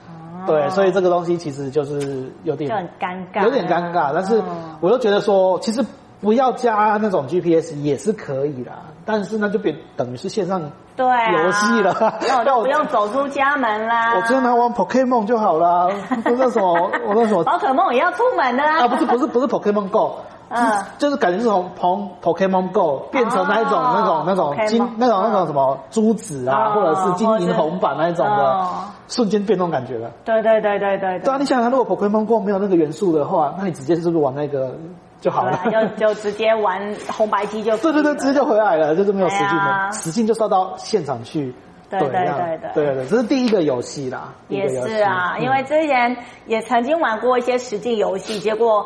[SPEAKER 1] 哦
[SPEAKER 3] 对，所以这个东西其实就是有
[SPEAKER 1] 就很
[SPEAKER 3] 点
[SPEAKER 1] 尴尬，
[SPEAKER 3] 有点尴尬，但是
[SPEAKER 1] 嗯
[SPEAKER 3] 我又觉得说，其实不要加那种 GPS 也是可以啦，但是那就变等于是线上
[SPEAKER 1] 对啊
[SPEAKER 3] 游戏了 [LAUGHS]
[SPEAKER 1] 那我就不用走出家门啦。
[SPEAKER 3] 我只要拿玩 Pokemon 就好啦，不是那什么，我那什
[SPEAKER 1] [LAUGHS]
[SPEAKER 3] 么
[SPEAKER 1] 宝可梦也要出门的
[SPEAKER 3] 啊，不是不是不是 Pokemon Go，
[SPEAKER 1] 嗯
[SPEAKER 3] 就是就是感觉是从 Po- Pokemon Go 变成那一种
[SPEAKER 1] 哦
[SPEAKER 3] 那种那种
[SPEAKER 1] Pokemon
[SPEAKER 3] 金那种那种什么珠子啊，
[SPEAKER 1] 哦
[SPEAKER 3] 或者是金
[SPEAKER 1] 或
[SPEAKER 3] 银
[SPEAKER 1] 者
[SPEAKER 3] 红版那一种的
[SPEAKER 1] 哦，
[SPEAKER 3] 瞬间变那种感觉了。
[SPEAKER 1] 对对对对对
[SPEAKER 3] 对啊，你想想，如果 Pokemon Go 没有那个元素的话，那你直接是不是玩那个就好了？
[SPEAKER 1] 对啊就就直接玩红白机就可以
[SPEAKER 3] [LAUGHS] 对对对，
[SPEAKER 1] 了
[SPEAKER 3] 直接就回来了，就是没有实境
[SPEAKER 1] 哎呀
[SPEAKER 3] 的，实境就是要到现场去。
[SPEAKER 1] 对对
[SPEAKER 3] 那样
[SPEAKER 1] 对对
[SPEAKER 3] 对对，这是第一个游戏啦，第一
[SPEAKER 1] 也
[SPEAKER 3] 个游戏嗯
[SPEAKER 1] 是啊，因为之前也曾经玩过一些实际游戏，结果。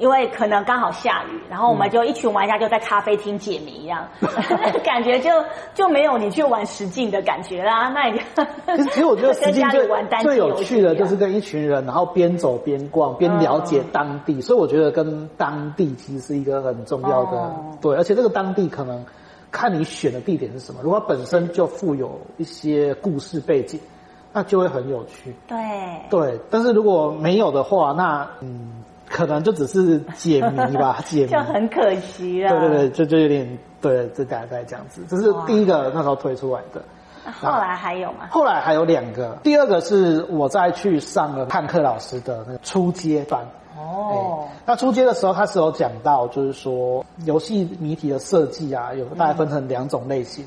[SPEAKER 1] 因为可能刚好下雨，然后我们就一群玩家就在咖啡厅解谜一样，
[SPEAKER 3] [LAUGHS]
[SPEAKER 1] 感觉就就没有你去玩实境的感觉啦。那你 [LAUGHS]
[SPEAKER 3] 其实，其实我觉得实
[SPEAKER 1] 跟
[SPEAKER 3] 境
[SPEAKER 1] 家里玩单
[SPEAKER 3] 最
[SPEAKER 1] 机
[SPEAKER 3] 最有
[SPEAKER 1] 游戏啊嗯
[SPEAKER 3] 趣的
[SPEAKER 1] 一样
[SPEAKER 3] 就是跟一群人，然后边走边逛，边了解当地，所以我觉得跟当地其实是一个很重要的、
[SPEAKER 1] 哦
[SPEAKER 3] 对，而且这个当地可能看你选的地点是什么，如果它本身就富有一些故事背景，那就会很有趣。
[SPEAKER 1] 对
[SPEAKER 3] 对，但是如果没有的话，那嗯，可能就只是解谜吧， [LAUGHS] 解谜
[SPEAKER 1] 就。很可惜了。
[SPEAKER 3] 对对对，就就有点对，就大概这样子。这是
[SPEAKER 1] 哇
[SPEAKER 3] 第一个那时候推出来的。
[SPEAKER 1] 那后来还有吗？
[SPEAKER 3] 后来还有两个，第二个是我再去上了汉克老师的那个初阶班。
[SPEAKER 1] 哦
[SPEAKER 3] 哎，那初阶的时候，他是有讲到，就是说游戏谜题的设计啊，有
[SPEAKER 1] 嗯
[SPEAKER 3] 大概分成两种类型。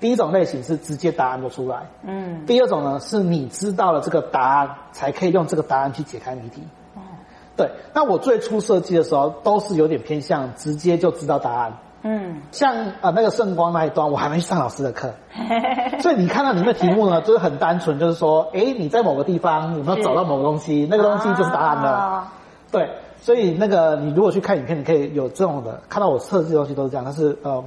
[SPEAKER 3] 第一种类型是直接答案都出来，
[SPEAKER 1] 嗯，
[SPEAKER 3] 第二种呢是你知道了这个答案，才可以用这个答案去解开谜题。
[SPEAKER 1] 哦
[SPEAKER 3] 对，那我最初设计的时候都是有点偏向直接就知道答案，
[SPEAKER 1] 嗯，
[SPEAKER 3] 像呃那个圣光那一段，我还没去上老师的课，所以你看到里面的题目呢，就是很单纯，就是说，哎，你在某个地方有没有找到某个东西？那个东西就是答案了。
[SPEAKER 1] 哦
[SPEAKER 3] 对，所以那个你如果去看影片，你可以有这种的，看到我设计的东西都是这样，但是呃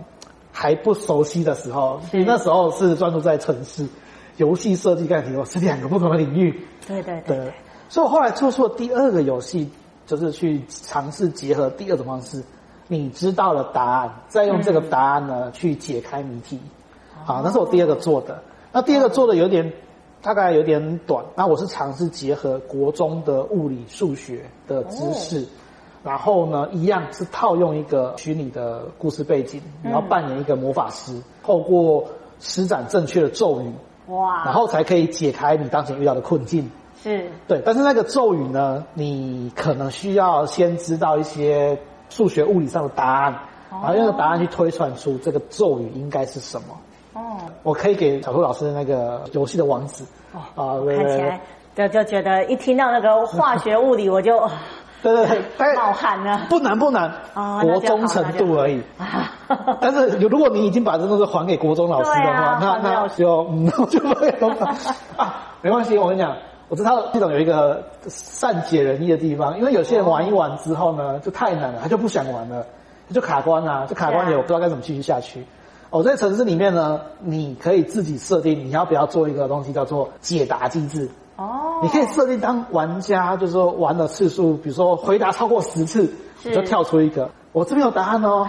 [SPEAKER 3] 还不熟悉的时候，
[SPEAKER 1] 是
[SPEAKER 3] 你那时候是专注在城市，游戏设计概念，我是两个不同的领域
[SPEAKER 1] 对对对
[SPEAKER 3] 的。所以我后来做出的第二个游戏，就是去尝试结合第二种方式，你知道了答案，再用这个答案呢、去解开谜题。好，那是我第二个做的。那第二个做的有点，大概有点短。那我是尝试结合国中的物理、数学的知识，然后呢，一样是套用一个虚拟的故事背景，然后扮演一个魔法师，透过施展正确的咒语，
[SPEAKER 1] 哇，
[SPEAKER 3] 然后才可以解开你当前遇到的困境。
[SPEAKER 1] 是
[SPEAKER 3] 对，但是那个咒语呢，你可能需要先知道一些数学、物理上的答案，
[SPEAKER 1] 哦
[SPEAKER 3] 然后用那个答案去推算出这个咒语应该是什么。
[SPEAKER 1] 哦
[SPEAKER 3] 我可以给小兔老师那个游戏的网址
[SPEAKER 1] 哦
[SPEAKER 3] 啊，对
[SPEAKER 1] 看起来就就觉得一听到那个化学物理，我
[SPEAKER 3] [LAUGHS]
[SPEAKER 1] 就啊
[SPEAKER 3] 对对对，大概
[SPEAKER 1] 冒汗了
[SPEAKER 3] 不难不难
[SPEAKER 1] 哦，那
[SPEAKER 3] 国
[SPEAKER 1] 就好
[SPEAKER 3] 中程
[SPEAKER 1] [LAUGHS]
[SPEAKER 3] 度而已。
[SPEAKER 1] 啊
[SPEAKER 3] 但是如果你已经把这东西还给国中老师的
[SPEAKER 1] 对啊
[SPEAKER 3] 话，那
[SPEAKER 1] 还给老
[SPEAKER 3] 那
[SPEAKER 1] 师
[SPEAKER 3] 就嗯， [LAUGHS] 我就没有办法啊，没关系，我跟你讲。我知道系统有一个善解人意的地方，因为有些人玩一玩之后呢，就太难了，他就不想玩了，他就卡关啦、就卡关
[SPEAKER 1] 对
[SPEAKER 3] 也
[SPEAKER 1] 啊
[SPEAKER 3] 我不知道该怎么继续下去。哦，在城市里面呢，你可以自己设定你要不要做一个东西叫做解答机制。
[SPEAKER 1] 哦，
[SPEAKER 3] 你可以设定当玩家，就是说玩的次数，比如说回答超过十次，
[SPEAKER 1] 是
[SPEAKER 3] 你就跳出一个，我这边有答案
[SPEAKER 1] [LAUGHS]
[SPEAKER 3] 哦，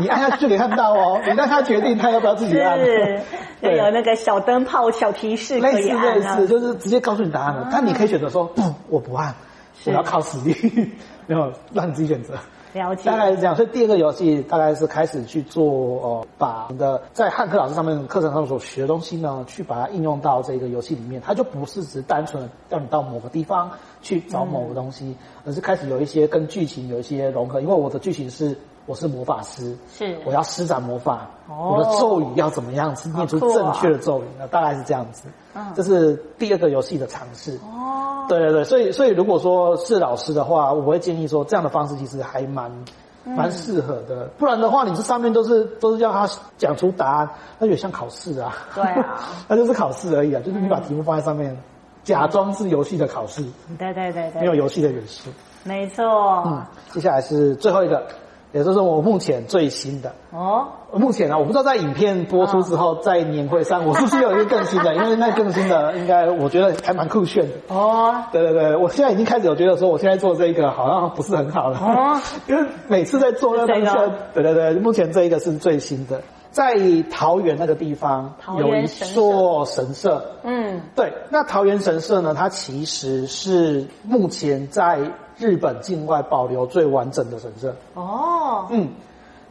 [SPEAKER 3] 你按下去就可以看到哦，你让他决定他要不要自己 [LAUGHS] 按。
[SPEAKER 1] 是就
[SPEAKER 3] 啊对
[SPEAKER 1] 有那个小灯泡、小提示可
[SPEAKER 3] 类
[SPEAKER 1] 以
[SPEAKER 3] 似
[SPEAKER 1] 按
[SPEAKER 3] 类
[SPEAKER 1] 啊
[SPEAKER 3] 似，就是直接告诉你答案了
[SPEAKER 1] 啊，
[SPEAKER 3] 但你可以选择说不，我不按，
[SPEAKER 1] 是
[SPEAKER 3] 我要靠实力， [LAUGHS] 然后让你自己选择。
[SPEAKER 1] 了解
[SPEAKER 3] 大概是这样，所以第二个游戏大概是开始去做呃，把你的在汉克老师上面课程上所学的东西呢，去把它应用到这个游戏里面。它就不是只单纯让你到某个地方去找某个东西，
[SPEAKER 1] 嗯
[SPEAKER 3] 而是开始有一些跟剧情有一些融合。因为我的剧情是我是魔法师，
[SPEAKER 1] 是
[SPEAKER 3] 我要施展魔法，
[SPEAKER 1] 哦
[SPEAKER 3] 我的咒语要怎么样子念出
[SPEAKER 1] 好酷哦
[SPEAKER 3] 正确的咒语，那大概是这样子。
[SPEAKER 1] 嗯
[SPEAKER 3] 这是第二个游戏的尝试。
[SPEAKER 1] 哦，
[SPEAKER 3] 对对对，所以所以如果说是老师的话，我会建议说这样的方式其实还蛮
[SPEAKER 1] 嗯
[SPEAKER 3] 蛮适合的，不然的话你这上面都是都是要他讲出答案，那有点像考试啊。
[SPEAKER 1] 对啊，
[SPEAKER 3] [LAUGHS]
[SPEAKER 1] 嗯
[SPEAKER 3] 那就是考试而已啊，就是你把题目放在上面，假装是游戏的考试，
[SPEAKER 1] 对对对对，
[SPEAKER 3] 没有游戏的元素。
[SPEAKER 1] 没错，
[SPEAKER 3] 嗯，接下来是最后一个，也就是我目前最新的。
[SPEAKER 1] 哦，
[SPEAKER 3] 目前啊，我不知道在影片播出之后，
[SPEAKER 1] 嗯
[SPEAKER 3] 在年会上我是不是有一个更新的，因为那更新的应该我觉得还蛮酷炫的。
[SPEAKER 1] 哦，
[SPEAKER 3] 对对对，我现在已经开始有觉得说，我现在做这个好像不是很好了，
[SPEAKER 1] 哦
[SPEAKER 3] [LAUGHS] 因为每次在做那当
[SPEAKER 1] 是这
[SPEAKER 3] 下
[SPEAKER 1] 个，
[SPEAKER 3] 对对对，目前这一个是最新的，在桃园那个地方
[SPEAKER 1] 桃
[SPEAKER 3] 有
[SPEAKER 1] 园
[SPEAKER 3] 一
[SPEAKER 1] 神社
[SPEAKER 3] 座神社，
[SPEAKER 1] 嗯，
[SPEAKER 3] 对，那桃园神社呢，它其实是目前在日本境外保留最完整的神社，
[SPEAKER 1] 哦，
[SPEAKER 3] 嗯，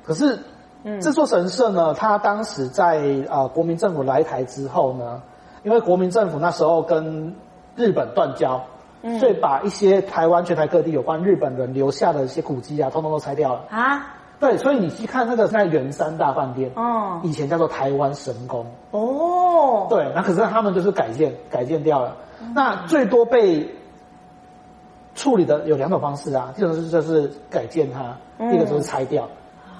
[SPEAKER 3] 可是
[SPEAKER 1] 嗯，
[SPEAKER 3] 这座神社呢，它当时在呃国民政府来台之后呢，因为国民政府那时候跟日本断交，
[SPEAKER 1] 嗯
[SPEAKER 3] 所以把一些台湾全台各地有关日本人留下的一些古迹啊，通通都拆掉了。
[SPEAKER 1] 啊，
[SPEAKER 3] 对，所以你去看那个在圆山大饭店，
[SPEAKER 1] 哦，
[SPEAKER 3] 以前叫做台湾神宫，
[SPEAKER 1] 哦，
[SPEAKER 3] 对，那可是他们就是改建改建掉了。
[SPEAKER 1] 嗯
[SPEAKER 3] 那最多被处理的有两种方式啊，一种是就是改建它，
[SPEAKER 1] 嗯
[SPEAKER 3] 一个就是拆掉。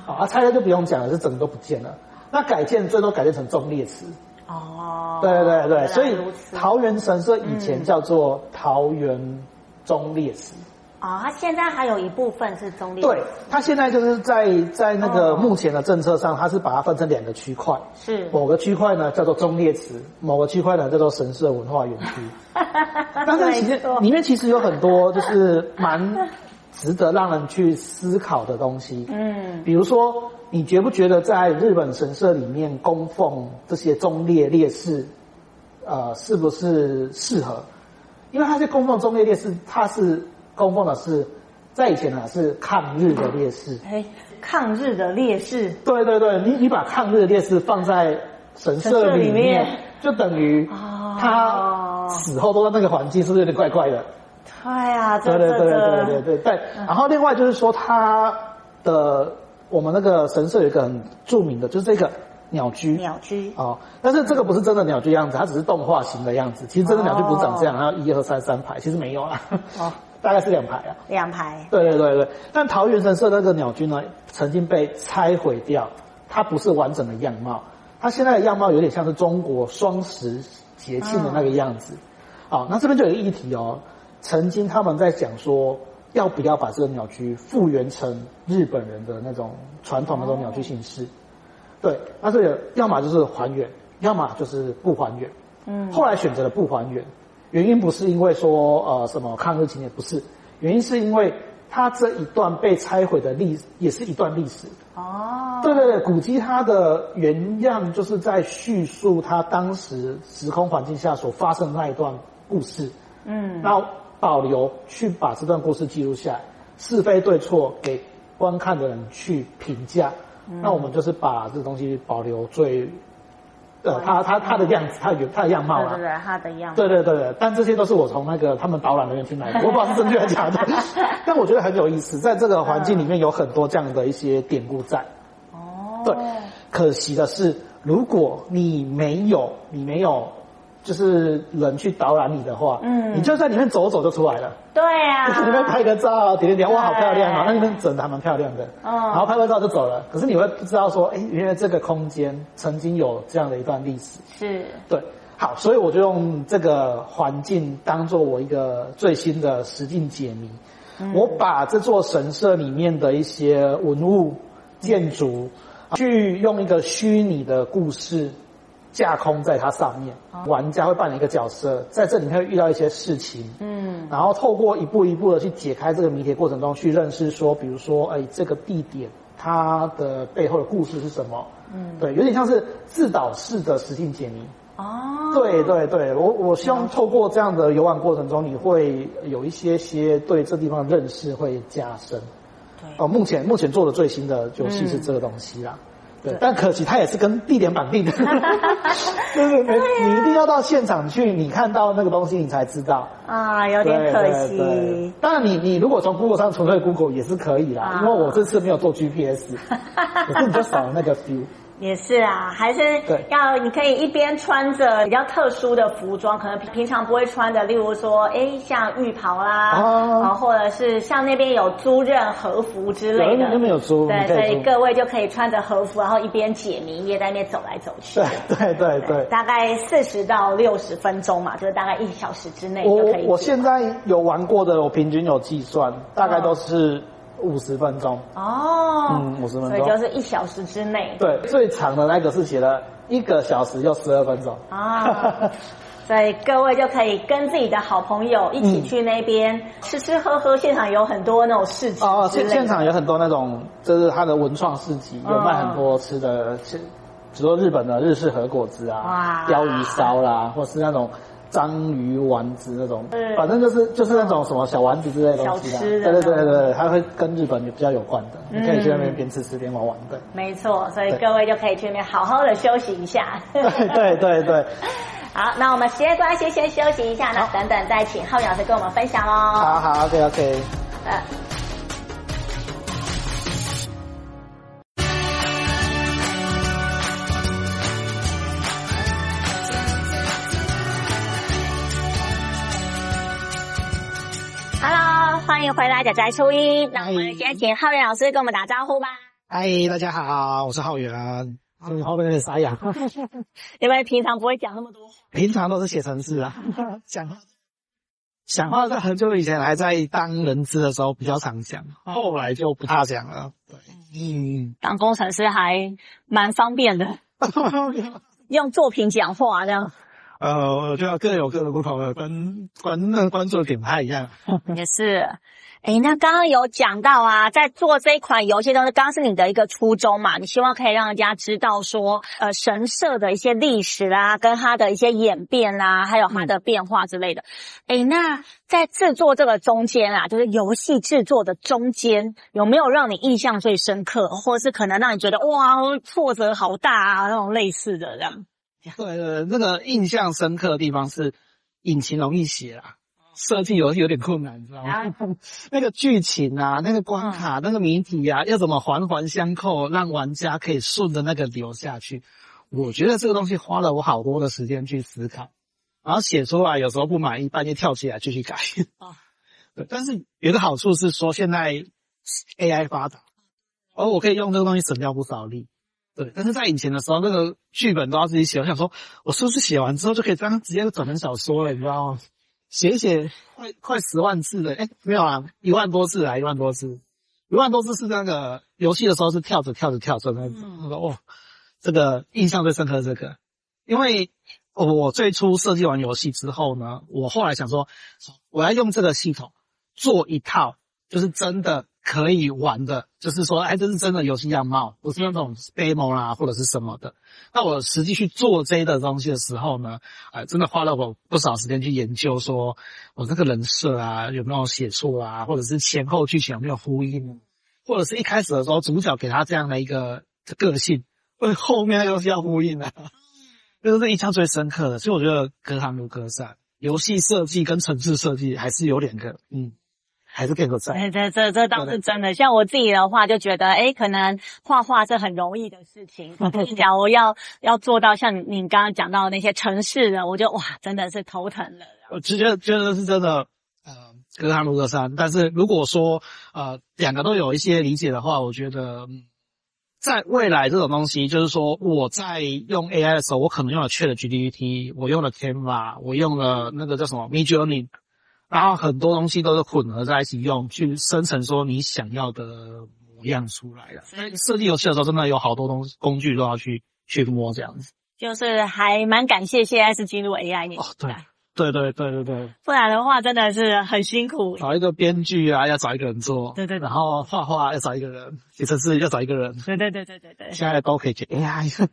[SPEAKER 3] 好啊，拆掉就不用讲了，是整个都不见了。那改建最多改建成纵列池，
[SPEAKER 1] 哦，
[SPEAKER 3] 对对
[SPEAKER 1] 原
[SPEAKER 3] 对，
[SPEAKER 1] 来
[SPEAKER 3] 所以
[SPEAKER 1] 如此嗯
[SPEAKER 3] 桃园神社以前叫做桃园中列池，
[SPEAKER 1] 啊，它现在还有一部分是中立，
[SPEAKER 3] 对，它现在就是在在那
[SPEAKER 1] 哦
[SPEAKER 3] 个目前的政策上，它是把它分成两个区块，
[SPEAKER 1] 是，
[SPEAKER 3] 某个区块呢叫做中列池，某个区块呢叫做神社文化园区。那这个
[SPEAKER 1] 啊没
[SPEAKER 3] 其实
[SPEAKER 1] 错
[SPEAKER 3] 里面其实有很多就是蛮值得让人去思考的东西，
[SPEAKER 1] 嗯，
[SPEAKER 3] 比如说你觉不觉得在日本神社里面供奉这些忠烈烈士，呃，是不是适合？因为他是供奉忠烈烈士，他是供奉的是在以前啊是抗日的烈士，
[SPEAKER 1] 哎，抗日的烈士，
[SPEAKER 3] 对对对，你你把抗日的烈士放在神社
[SPEAKER 1] 神
[SPEAKER 3] 里
[SPEAKER 1] 社里面
[SPEAKER 3] 就等于
[SPEAKER 1] 哦
[SPEAKER 3] 他死后都在那个环境，是不是有点怪怪的？
[SPEAKER 1] 对啊，
[SPEAKER 3] 对
[SPEAKER 1] 这
[SPEAKER 3] 对
[SPEAKER 1] 这
[SPEAKER 3] 对对对
[SPEAKER 1] 这，嗯
[SPEAKER 3] 对对。然后另外就是说，它的我们那个神社有一个很著名的，就是这个鸟居。
[SPEAKER 1] 鸟居，
[SPEAKER 3] 哦，但是这个不是真的鸟居样子，它只是动画型的样子。其实真的鸟居不是长这样，
[SPEAKER 1] 哦
[SPEAKER 3] 它一二三三排，其实没有啦，
[SPEAKER 1] 哦，
[SPEAKER 3] [LAUGHS] 大概是两排啊。
[SPEAKER 1] 两排，
[SPEAKER 3] 对对对对，但桃园神社那个鸟居呢，曾经被拆毁掉，它不是完整的样貌，它现在的样貌有点像是中国双十节庆的那个样子。好、那这边就有一个议题哦，曾经他们在讲说，要不要把这个鸟居复原成日本人的那种传统的那种鸟居形式？对，那这个要么就是还原，要么就是不还原。
[SPEAKER 1] 嗯
[SPEAKER 3] 后来选择了不还原，原因不是因为说呃什么抗日情节，不是，原因是因为它这一段被拆毁的历也是一段历史。
[SPEAKER 1] 哦，
[SPEAKER 3] 对对对，古迹它的原样就是在叙述它当时时空环境下所发生的那一段故事，
[SPEAKER 1] 嗯，
[SPEAKER 3] 然后保留去把这段故事记录下来，是非对错给观看的人去评价。
[SPEAKER 1] 嗯
[SPEAKER 3] 那我们就是把这东西保留最，呃，它它它的样子，它的原它的样貌
[SPEAKER 1] 对
[SPEAKER 3] 啦
[SPEAKER 1] 对。对，他的样子，
[SPEAKER 3] 对对对对，但这些都是我从那个他们导览那边听来的，我不知道是正确还
[SPEAKER 1] [LAUGHS]
[SPEAKER 3] 是假的，但我觉得很有意思，在这个环境里面有很多这样的一些典故在。
[SPEAKER 1] 哦，
[SPEAKER 3] 对，可惜的是，如果你没有你没有就是人去导览你的话，
[SPEAKER 1] 嗯
[SPEAKER 3] 你就在里面走走就出来了，
[SPEAKER 1] 对
[SPEAKER 3] [LAUGHS]
[SPEAKER 1] 啊，
[SPEAKER 3] 里面拍个照，点点点，哇，好漂亮啊！那
[SPEAKER 1] 对
[SPEAKER 3] 里面整的还蛮漂亮的，
[SPEAKER 1] 嗯
[SPEAKER 3] 然后拍拍照就走了。可是你会不知道说，哎，原来这个空间曾经有这样的一段历史，
[SPEAKER 1] 是
[SPEAKER 3] 对。好，所以我就用这个环境当做我一个最新的实境解谜。
[SPEAKER 1] 嗯
[SPEAKER 3] 我把这座神社里面的一些文物、建筑，去用一个虚拟的故事架空在它上面，
[SPEAKER 1] 哦
[SPEAKER 3] 玩家会扮演一个角色，在这里面会遇到一些事情，
[SPEAKER 1] 嗯
[SPEAKER 3] 然后透过一步一步的去解开这个谜题的过程中，去认识说，比如说，哎，这个地点它的背后的故事是什么？
[SPEAKER 1] 嗯，
[SPEAKER 3] 对，有点像是自导式的实境解谜。
[SPEAKER 1] 哦，
[SPEAKER 3] 对对对，我我希望透过这样的游玩过程中，你会有一些些对这地方的认识会加深。
[SPEAKER 1] 对嗯
[SPEAKER 3] 哦，目前目前做的最新的游戏是这个东西啦。对，但可惜它也是跟地点绑
[SPEAKER 1] [LAUGHS]
[SPEAKER 3] 定的，就是没你一定要到现场去，你看到那个东西你才知道。
[SPEAKER 1] 啊，有点可
[SPEAKER 3] 对对对
[SPEAKER 1] 惜，
[SPEAKER 3] 当然你，你如果从 Google 上纯粹 Google 也是可以
[SPEAKER 1] [LAUGHS]
[SPEAKER 3] 啦，
[SPEAKER 1] 啊
[SPEAKER 3] 因为我这次没有做 GPS，可是你就少了那个 feel。
[SPEAKER 1] 也是啊，还是
[SPEAKER 3] 对
[SPEAKER 1] 要你可以一边穿着比较特殊的服装，可能平常不会穿的，例如说，哎，像浴袍啦，
[SPEAKER 3] 哦
[SPEAKER 1] 啊，或者是像那边有租任和服之类
[SPEAKER 3] 有
[SPEAKER 1] 的，
[SPEAKER 3] 那边有租
[SPEAKER 1] 对，
[SPEAKER 3] 你可以
[SPEAKER 1] 所以
[SPEAKER 3] 租
[SPEAKER 1] 各位就可以穿着和服，然后一边解谜，也在那边走来走去
[SPEAKER 3] 对。对对对。
[SPEAKER 1] 大概四十到六十分钟嘛，就是大概一小时之内
[SPEAKER 3] 我
[SPEAKER 1] 就哎可以解。
[SPEAKER 3] 我现在有玩过的，我平均有计算，
[SPEAKER 1] 嗯
[SPEAKER 3] 大概都是五十分钟。
[SPEAKER 1] 哦，
[SPEAKER 3] 嗯50分
[SPEAKER 1] 所
[SPEAKER 3] 钟
[SPEAKER 1] 以就是一小时之内。
[SPEAKER 3] 对，最长的那个是写了一个小时又十二分钟。 [LAUGHS]
[SPEAKER 1] 啊，所以各位就可以跟自己的好朋友一起去那边、吃吃喝喝，现场有很多那种市集
[SPEAKER 3] 哦，
[SPEAKER 1] 之
[SPEAKER 3] 现
[SPEAKER 1] 类的嗯
[SPEAKER 3] 现场有很多那种，就是它的文创市集，有卖很多吃的，其比如说日本的日式和果子啊
[SPEAKER 1] 哇，
[SPEAKER 3] 鲷鱼烧啦，或是那种章鱼丸子那种
[SPEAKER 1] 嗯，
[SPEAKER 3] 反正就是就是那种什么小丸子之类的东西
[SPEAKER 1] 小吃
[SPEAKER 3] 啦。
[SPEAKER 1] 的
[SPEAKER 3] 对对
[SPEAKER 1] 那
[SPEAKER 3] 对
[SPEAKER 1] 种
[SPEAKER 3] 对，对它会跟日本比较有关的，你可以去那边
[SPEAKER 1] 嗯
[SPEAKER 3] 边吃吃边玩玩的。
[SPEAKER 1] 没错，所以
[SPEAKER 3] 对
[SPEAKER 1] 各位就可以去那边好好的休息一下。
[SPEAKER 3] 对 [LAUGHS] 对对对，
[SPEAKER 1] [LAUGHS] 好，那我们时间关系先休息一下，那等等再请浩宇老师跟我们分享哦喽。
[SPEAKER 3] [LAUGHS] 好好，OK OK。
[SPEAKER 1] 呃，Hello，欢迎回来，仔仔初一。那我们先请浩宇老师跟我们打招呼吧。
[SPEAKER 3] 嗨，大家好，我是浩源。嗯，后面有点沙哑，
[SPEAKER 1] 因为平常不会讲那么多话。
[SPEAKER 3] [LAUGHS] 平常都是写程式 [LAUGHS] 啊，讲话讲话在很久以前还在当人资的时候比较常讲，后来就不大讲了。嗯对，嗯， [LAUGHS]
[SPEAKER 1] 当工程师还蛮方便的，用作品讲话这样。
[SPEAKER 3] 呃，我觉得各有各的不同的关关那关注点不太一样。
[SPEAKER 1] 也是，哎，那刚刚有讲到啊，在做这一款游戏当中，刚刚是你的一个初衷嘛，你希望可以让人家知道说，呃，神社的一些历史啦，跟它的一些演变啦，还有它的变化之类的。哎、那在制作这个中间啊，就是游戏制作的中间，有没有让你印象最深刻，或是可能让你觉得哇，挫折好大啊，那种类似的这样？
[SPEAKER 3] 对对，对那个印象深刻的地方是引擎容易写啦，
[SPEAKER 1] 哦
[SPEAKER 3] 设计有有点困难，你知道吗？
[SPEAKER 1] 啊
[SPEAKER 3] [LAUGHS] 那个剧情啊，那个关
[SPEAKER 1] 嗯
[SPEAKER 3] 卡，那个谜题啊，要怎么环环相扣，让玩家可以顺着那个流下去？我觉得这个东西花了我好多的时间去思考，然后写出来有时候不满意，半夜跳起来继续改。
[SPEAKER 1] 啊
[SPEAKER 3] [LAUGHS] 对，但是有一个好处是说，现在 AI 发达，
[SPEAKER 1] 嗯
[SPEAKER 3] 而我可以用这个东西省掉不少力。对，但是在以前的时候，那个剧本都要自己写。我想说，我是不是写完之后就可以这样直接转成小说了？你知道吗？写一写，快快十万字了，哎，没有啊，一万多字啊，一万多字，一万多字是那个游戏的时候是跳着跳着跳着那种。我说哇，这个印象最深刻的这个，因为我最初设计完游戏之后呢，我后来想说，我要用这个系统做一套，就是真的可以玩的，就是说，哎，这是真的游戏样貌，不是那种 demo 啦或者是什么的。那我实际去做这个东西的时候呢，呃，真的花了我不少时间去研究说，我这个人设啊有没有写错啊，或者是前后剧情有没有呼应，啊或者是一开始的时候主角给他这样的一个个性，为后面那个东西要呼应啊。 [LAUGHS] 这个是印象最深刻的，所以我觉得隔行如隔山，游戏设计跟城市设计还是有两个，嗯，还是更有在。
[SPEAKER 4] 哎，这这这倒是真的。像我自己的话，就觉得，哎，可能画画是很容易的事情。
[SPEAKER 3] 嗯
[SPEAKER 4] [LAUGHS] 我跟你讲，我要要做到像你刚刚讲到的那些城市的，我就哇，真的是头疼了。
[SPEAKER 3] 我呃就觉得觉得是真的，呃，隔行如隔山。但是如果说呃两个都有一些理解的话，我觉得嗯在未来这种东西，就是说我在用 AI 的时候，我可能用了 Chat GPT，我用了 Canva，我用了那个叫什么 Midjourney，然后很多东西都是混合在一起用，去生成说你想要的模样出来的。所以设计游戏的时候，真的有好多东西工具都要去去摸这样子。
[SPEAKER 4] 就是还蛮感谢现在是进入 AI 年
[SPEAKER 3] 哦，对
[SPEAKER 4] 代，
[SPEAKER 3] 对对对对对。
[SPEAKER 4] 不然的话真的是很辛苦。
[SPEAKER 3] 找一个编剧啊，要找一个人做，
[SPEAKER 4] 对对对
[SPEAKER 3] 然后画画要找一个人，写程式要找一个人，
[SPEAKER 4] 对对对对对对，
[SPEAKER 3] 现在都可以解
[SPEAKER 4] [LAUGHS]
[SPEAKER 3] AI。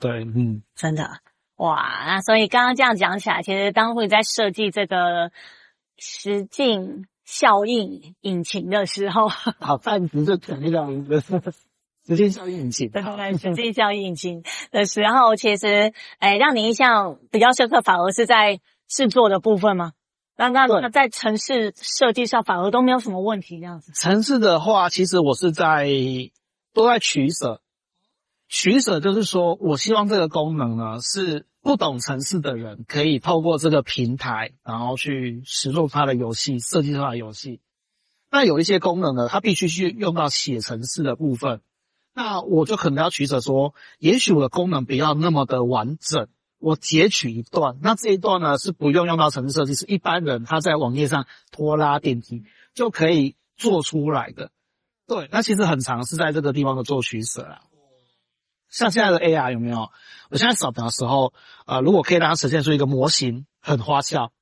[SPEAKER 3] 对，嗯，
[SPEAKER 4] 真的哇！那所以刚刚这样讲起来，其实当初你在设计这个实境效应引擎的时候，
[SPEAKER 3] 好，暂时就肯定让的 [LAUGHS] 时间效应引擎。
[SPEAKER 4] 对对对，实际效应引擎的时候，其实哎，让你印象比较深刻，反而是在制作的部分吗？那那
[SPEAKER 3] 对
[SPEAKER 4] 那在城市设计上反而都没有什么问题，这样子。
[SPEAKER 3] 城市的话，其实我是在都在取舍，取舍就是说我希望这个功能呢是不懂城市的人可以透过这个平台，然后去实做他的游戏，设计他的游戏。那有一些功能呢，它必须去用到写程式的部分，那我就可能要取舍说，也许我的功能不要那么的完整，我截取一段，那这一段呢是不用用到城市设计，是一般人他在网页上拖拉电梯就可以做出来的。对，那其实很常是在这个地方的做取舍啦。像现在的 AR 有没有？我现在扫描的时候，呃，如果可以让它呈现出一个模型，很花俏。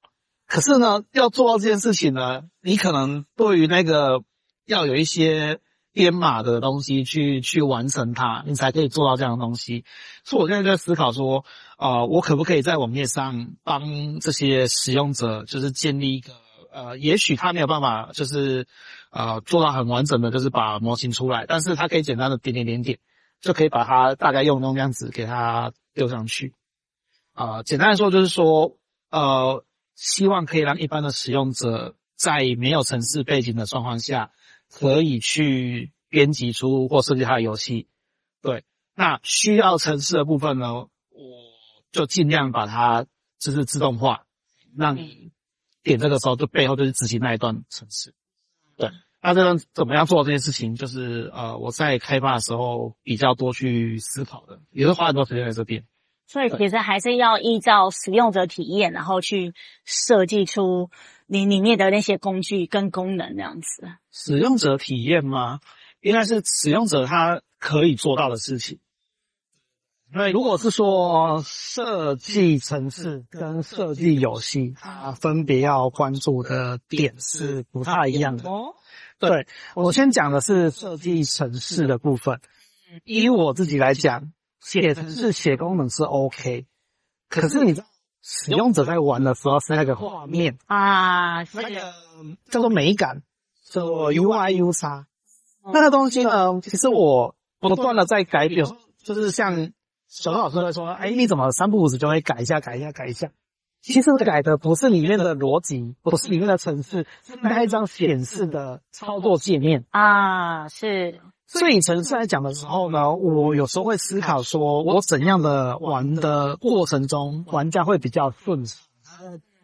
[SPEAKER 3] 可是呢，要做到这件事情呢，你可能对于那个要有一些编码的东西去去完成它，你才可以做到这样的东西。所以我现在就在思考说，呃，我可不可以在网页上帮这些使用者，就是建立一个呃，也许他没有办法就是呃做到很完整的，就是把模型出来，但是他可以简单的点点点点，就可以把它大概用那种样子给它丢上去。啊、简单来说就是说，呃，希望可以让一般的使用者在没有城市背景的状况下，可以去编辑出或设计他的游戏。对，那需要城市的部分呢，我就尽量把它就是自动化，让你点这个时候就背后就是执行那一段程式。对，那这样怎么样做这件事情，就是呃我在开发的时候比较多去思考的，也是花很多时间在这边。
[SPEAKER 4] 所以其实还是要依照使用者体验，然后去设计出你里面的那些工具跟功能这样子。
[SPEAKER 3] 使用者体验吗？应该是使用者他可以做到的事情。那如果是说设计城市跟设计游戏，它分别要关注的点是不太一样的。
[SPEAKER 4] 哦，
[SPEAKER 3] 对我先讲的是设计城市的部分。以我自己来讲，写程式、写功能是 OK，可是你知道，使用者在玩的时候是那个画面，
[SPEAKER 4] 啊，是
[SPEAKER 3] 那个叫做美感，叫做 UI U 叉。那个东西呢，其实我不断的在改变，就是像小老师会说，哎，你怎么三不五时就会改一下、改一下、改一下？其实改的不是里面的逻辑，不是里面的程式，是那一张显示的操作界面。
[SPEAKER 4] 啊，是
[SPEAKER 3] 所以程式来讲的时候呢，我有时候会思考说，我怎样的玩的过程中，玩家会比较顺畅。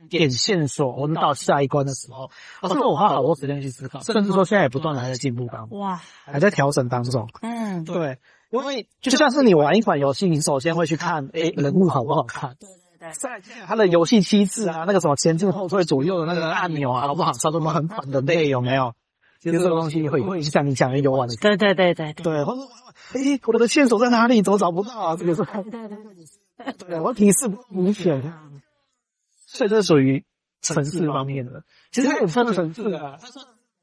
[SPEAKER 3] 点线索，我们到下一关的时候，哦，这个我花好多时间去思考，甚至说现在也不断的还在进步当中，
[SPEAKER 4] 哇，
[SPEAKER 3] 还在调整当中。
[SPEAKER 4] 嗯，
[SPEAKER 3] 对，因为就像是你玩一款游戏，你首先会去看，诶，人物好不好看，
[SPEAKER 4] 对
[SPEAKER 3] 再来看它的游戏机制啊，那个什么前进、后退、左右的那个按钮啊，好不好操作？什么很反的类有没有？其实这个东西会会影响你想要游玩的
[SPEAKER 4] 对对对对对
[SPEAKER 3] 哎对，或者诶，我的线索在哪里？怎么找不到啊？这个是
[SPEAKER 4] 对对对，
[SPEAKER 3] 对，我提示不明显啊，所以这属于城市方面的。其实它也分了城市啊，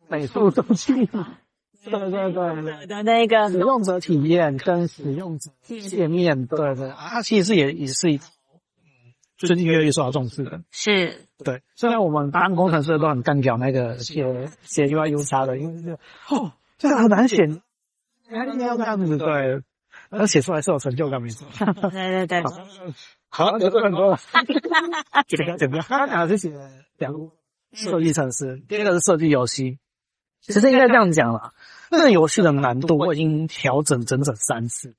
[SPEAKER 3] 美术中心啊，对对对，
[SPEAKER 4] 的那个
[SPEAKER 3] 使用者体验跟使用者界面，对对啊，它其实也也是一套嗯最近越来越受到重视的。
[SPEAKER 4] 是
[SPEAKER 3] 对，虽然我们当工程师都很干掉那个写写 UI U 叉的，因为就哦，这个很难写，他应该要这样子对，而写出来是有成就感，没错。
[SPEAKER 4] 对对对，
[SPEAKER 3] [LAUGHS] 好，有这很 [LAUGHS] 多了，简单简单。他俩是写两个设计程式，第二个是设计游戏，嗯其实应该这样讲啦。那个游戏的难度我已经调整整整三次，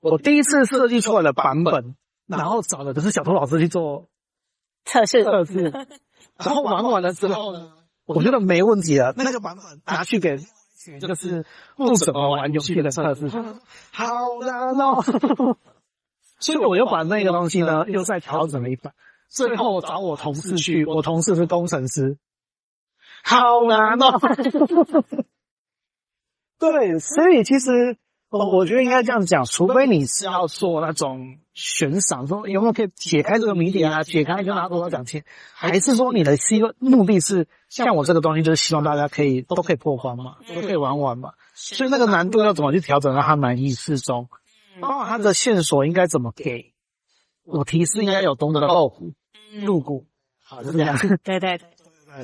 [SPEAKER 3] 我第一次设计出来的版本，然后找的就是小偷老师去做
[SPEAKER 4] 测试
[SPEAKER 3] 测 [LAUGHS] 试，然后玩完了之后呢，我觉得没问题 [LAUGHS] 了，那个版本拿去 [LAUGHS] 给就是不怎么玩游戏的测试，好难哦。 [LAUGHS] 所以我又把那个东西呢 [LAUGHS] 又再调整了一版，最后我找我同事去，我同事是工程师，好难哦。 [LAUGHS] 对，所以其实我我觉得应该这样讲，除非你是要做那种悬赏，说有没有可以解开这个谜底啊，解开就拿多少奖金，还是说你的希望目的是像我这个东西，就是希望大家可以都可以破关嘛，都可以玩玩嘛，所以那个难度要怎么去调整，让它难易适中，包括它的线索应该怎么给，我提示应该有懂得露骨，露骨，好，就这样。
[SPEAKER 4] [LAUGHS] 对对对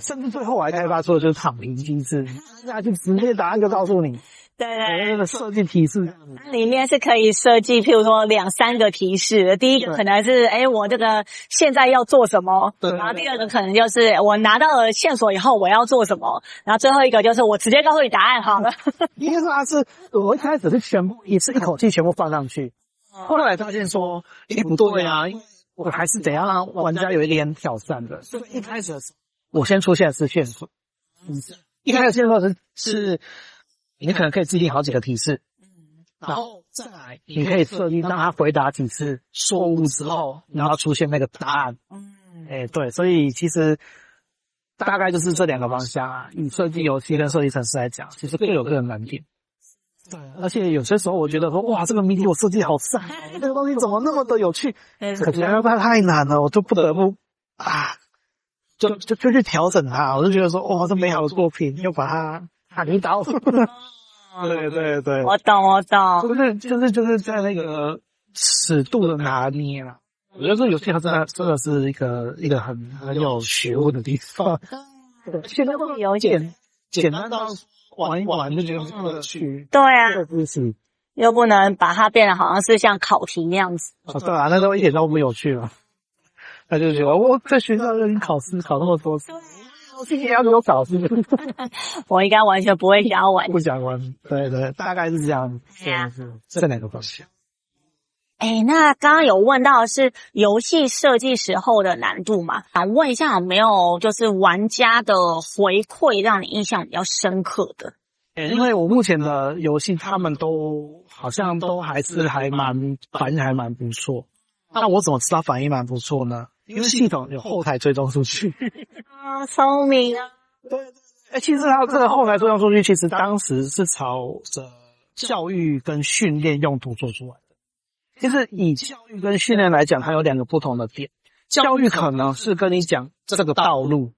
[SPEAKER 3] 甚至最后我还开发出的就是躺平机制，那就直接答案就告诉你，
[SPEAKER 4] 对
[SPEAKER 3] 我
[SPEAKER 4] 对。
[SPEAKER 3] 那个设计提示这样子。
[SPEAKER 4] 它里面是可以设计，譬如说两三个提示。第一个可能是，哎，我这个现在要做什么？
[SPEAKER 3] 对
[SPEAKER 4] 然后第二个可能就是，我拿到了线索以后我要做什么？然后最后一个就是，我直接告诉你答案好了。
[SPEAKER 3] 因为他是我一开始是全部一次一口气全部放上去，后来发现说，诶不对啊，因为我还是得要让玩家有一点挑战的。所以一开始的时候我先出现的是线索，一开始线索是是，你可能可以制定好几个提示，嗯然后再来你可以设定让他回答几次错误之后，然后出现那个答案。
[SPEAKER 4] 嗯，
[SPEAKER 3] 哎，对，所以其实大概就是这两个方向啊。以设计游戏跟设计城市来讲，其实各有各的难点。对，而且有些时候我觉得说，哇，这个谜底我设计好 [LAUGHS] 赞哦，这个东西怎么那么的有趣？可是它太难了，我就不得不啊，就就就去调整它。我就觉得说，哇，这美好的作品又把它砍倒。 [LAUGHS] 对对对，
[SPEAKER 4] [LAUGHS] 我懂，我懂。
[SPEAKER 3] 不是，就是就是在那个尺度的拿捏啦。我觉得这游戏它真的真的是一个一个很很有学问的地方。现在都
[SPEAKER 4] 有点
[SPEAKER 3] 简简单到玩一玩就觉得很有趣。
[SPEAKER 4] 对啊，
[SPEAKER 3] 这个事情
[SPEAKER 4] 又不能把它变得好像是像考题那样子。
[SPEAKER 3] 啊，对啊，那都一点都不有趣了。那就觉得我在学校就已经考试考那么多次，啊我自己也要给我考 [LAUGHS] 试，
[SPEAKER 4] 我应该完全不会想要玩。
[SPEAKER 3] 不想玩。对对，大概是这样。
[SPEAKER 4] 对啊
[SPEAKER 3] 是是这两个方向。
[SPEAKER 4] 哎，那刚刚有问到是游戏设计时候的难度嘛？想问一下有没有就是玩家的回馈让你印象比较深刻的？
[SPEAKER 3] 欸因为我目前的游戏，他们都好像都还是还蛮反应还蛮不错。那我怎么知道反应蛮不错呢？因为系统有后台追踪数据。
[SPEAKER 4] 啊，聪明啊！
[SPEAKER 3] 哎、其实它这个后台追踪数据，其实当时是朝着教育跟训练用途做出来的。其实以教育跟训练来讲，它有两个不同的点。教育可能是跟你讲这个道路，